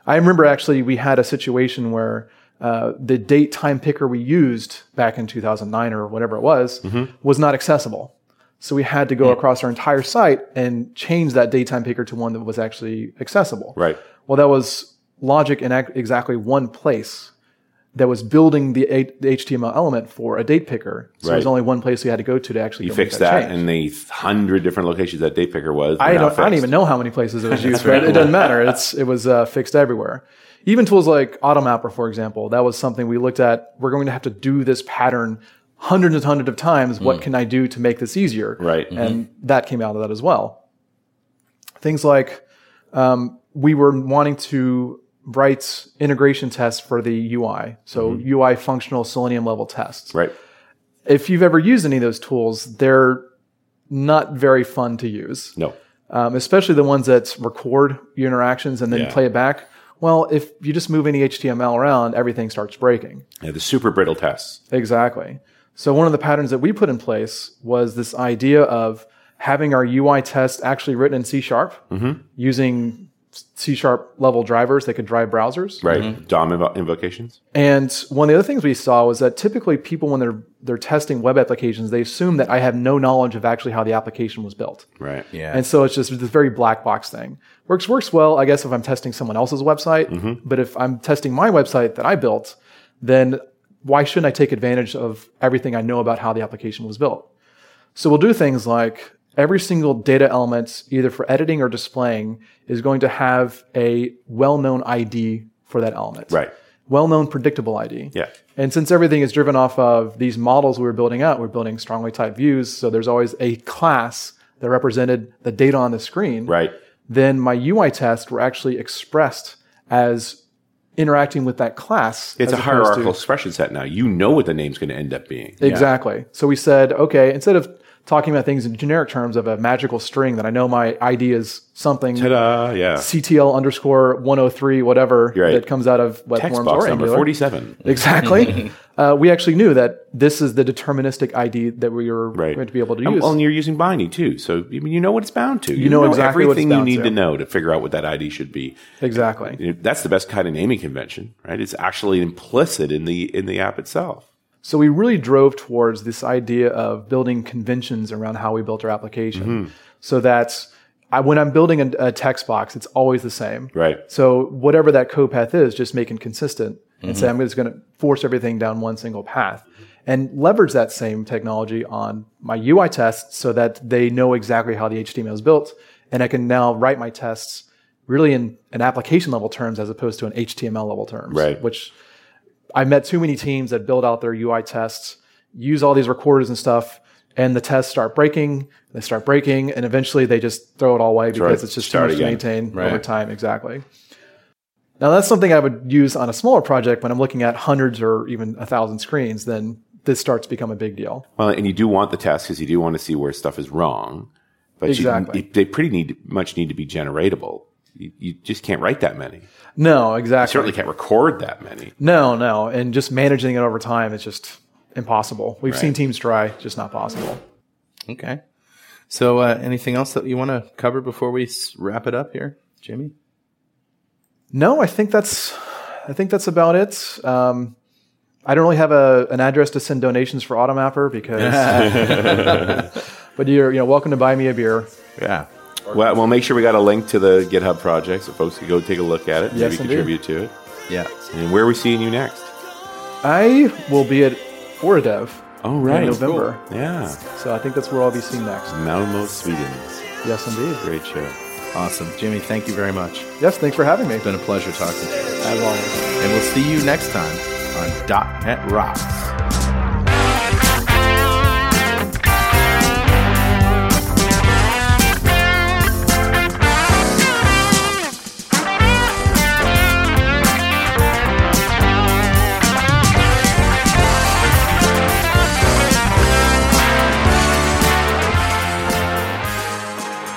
Speaker 4: I remember actually we had a situation where uh, the date time picker we used back in 2009 or whatever it was
Speaker 3: Mm-hmm.
Speaker 4: was not accessible. So we had to
Speaker 3: Hmm.
Speaker 4: go across our entire site and change that daytime picker to one that was actually accessible.
Speaker 3: Right.
Speaker 4: Well, that was logic in ac- exactly one place that was building the, a- the HTML element for a date picker. So there's
Speaker 3: Right.
Speaker 4: only one place we had to go to to actually
Speaker 3: You
Speaker 4: go make
Speaker 3: fix that,
Speaker 4: change.
Speaker 3: in the hundred different locations that date picker was.
Speaker 4: I
Speaker 3: they're now
Speaker 4: don't, I don't
Speaker 3: fixed.
Speaker 4: even know how many places it was used, but it doesn't matter. It's, it was uh, fixed everywhere. Even tools like Automapper, for example, that was something we looked at. We're going to have to do this pattern hundreds and hundreds of times. What can I do to make this easier?
Speaker 3: Mm. Right. Mm-hmm.
Speaker 4: And that came out of that as well. Things like um, we were wanting to write integration tests for the UI. So UI functional Selenium level tests
Speaker 3: Mm-hmm. Right.
Speaker 4: if you've ever used any of those tools, they're not very fun to use,
Speaker 3: No.
Speaker 4: um, especially the ones that record your interactions and then
Speaker 3: Yeah.
Speaker 4: play it back. Well, if you just move any HTML around, everything starts breaking.
Speaker 3: Yeah, the super brittle tests.
Speaker 4: Exactly. So one of the patterns that we put in place was this idea of having our UI test actually written in C sharp
Speaker 3: Mm-hmm.
Speaker 4: using C sharp level drivers that could drive browsers.
Speaker 3: Right. DOM invo- invocations.
Speaker 4: And one of the other things we saw was that typically people, when they're they're testing web applications, they assume that I have no knowledge of actually how the application was built.
Speaker 3: Right. Yeah.
Speaker 4: And so it's just this very black box thing. Works works well, I guess, if I'm testing someone else's website.
Speaker 3: Mm-hmm.
Speaker 4: But if I'm testing my website that I built, then why shouldn't I take advantage of everything I know about how the application was built? So we'll do things like every single data element, either for editing or displaying, is going to have a well-known ID for that element.
Speaker 3: Right.
Speaker 4: Well-known predictable ID.
Speaker 3: Yeah.
Speaker 4: And since everything is driven off of these models we were building out, we're building strongly typed views. So there's always a class that represented the data on the screen.
Speaker 3: Right.
Speaker 4: Then my UI tests were actually expressed as interacting with that class.
Speaker 3: It's
Speaker 4: as
Speaker 3: a
Speaker 4: opposed
Speaker 3: hierarchical
Speaker 4: To,
Speaker 3: expression set now. You know what the name's going to end up being.
Speaker 4: exactly. So we said, okay, instead of talking about things in generic terms of a magical string that I know my ID is something
Speaker 3: Ta-da. Yeah.
Speaker 4: CTL underscore 103, whatever
Speaker 3: Right.
Speaker 4: that comes out of web
Speaker 3: Text
Speaker 4: forms
Speaker 3: box
Speaker 4: or
Speaker 3: number
Speaker 4: Angular.
Speaker 3: 47.
Speaker 4: Exactly. uh, we actually knew that this is the deterministic ID that we were
Speaker 3: Right.
Speaker 4: going to be able to
Speaker 3: Um,
Speaker 4: use.
Speaker 3: Well, and you're using binding too. So I mean, you know what it's bound to. You,
Speaker 4: know exactly what it's
Speaker 3: everything
Speaker 4: bound
Speaker 3: you need
Speaker 4: to.
Speaker 3: to know to figure out what that ID should be.
Speaker 4: exactly.
Speaker 3: You know, That's the best kind of naming convention, right? It's actually implicit in the in the app itself.
Speaker 4: So we really drove towards this idea of building conventions around how we built our application,
Speaker 3: Mm-hmm.
Speaker 4: so that I, when I'm building a, a text box, it's always the same.
Speaker 3: Right.
Speaker 4: So whatever that copath is, just make it consistent and say I'm
Speaker 3: Mm-hmm.
Speaker 4: just going to force everything down one single path, and leverage that same technology on my UI tests so that they know exactly how the HTML is built, and I can now write my tests really in an application level terms as opposed to an HTML level terms,
Speaker 3: Right.
Speaker 4: which I met too many teams that build out their UI tests, use all these recorders and stuff, and the tests start breaking, they start breaking, and eventually they just throw it all away because
Speaker 3: right.
Speaker 4: it's just
Speaker 3: Start
Speaker 4: too much
Speaker 3: again.
Speaker 4: to maintain over
Speaker 2: Right.
Speaker 4: time. Exactly. Now that's something I would use on a smaller project when I'm looking at hundreds or even a thousand screens. Then this starts to become a big deal.
Speaker 3: Well, and you do want the test because you do want to see where stuff is wrong, but
Speaker 4: Exactly.
Speaker 3: you, they pretty need much need to be generatable. You, you just can't write that many.
Speaker 4: No, exactly.
Speaker 3: Certainly can't record that many.
Speaker 4: No, no, and just managing it over time is just impossible. We've seen teams try, just not possible.
Speaker 2: Okay. So, uh, anything else that you want to cover before we s- wrap it up here, Jimmy?
Speaker 4: No, I think that's I think that's about it. Um, I don't really have a, an address to send donations for Automapper because. but you're you know welcome to buy me a beer.
Speaker 2: Yeah.
Speaker 3: Well, we'll make sure we got a link to the GitHub project so folks can go take a look at it, and
Speaker 4: Yes,
Speaker 3: maybe
Speaker 4: indeed.
Speaker 3: contribute to it.
Speaker 2: Yeah.
Speaker 3: And where are we seeing you next?
Speaker 4: I will be at Oradev
Speaker 3: Oh,
Speaker 4: in November,
Speaker 3: Yeah.
Speaker 4: so I think that's where I'll be seen next.
Speaker 3: Malmo, Sweden.
Speaker 4: Yes, indeed.
Speaker 3: Great show.
Speaker 2: Awesome. Jimmy, thank you very much.
Speaker 4: Yes, thanks for having me.
Speaker 2: It's been a pleasure talking to you.
Speaker 4: As always.
Speaker 2: And we'll see you next time on .NET Rocks.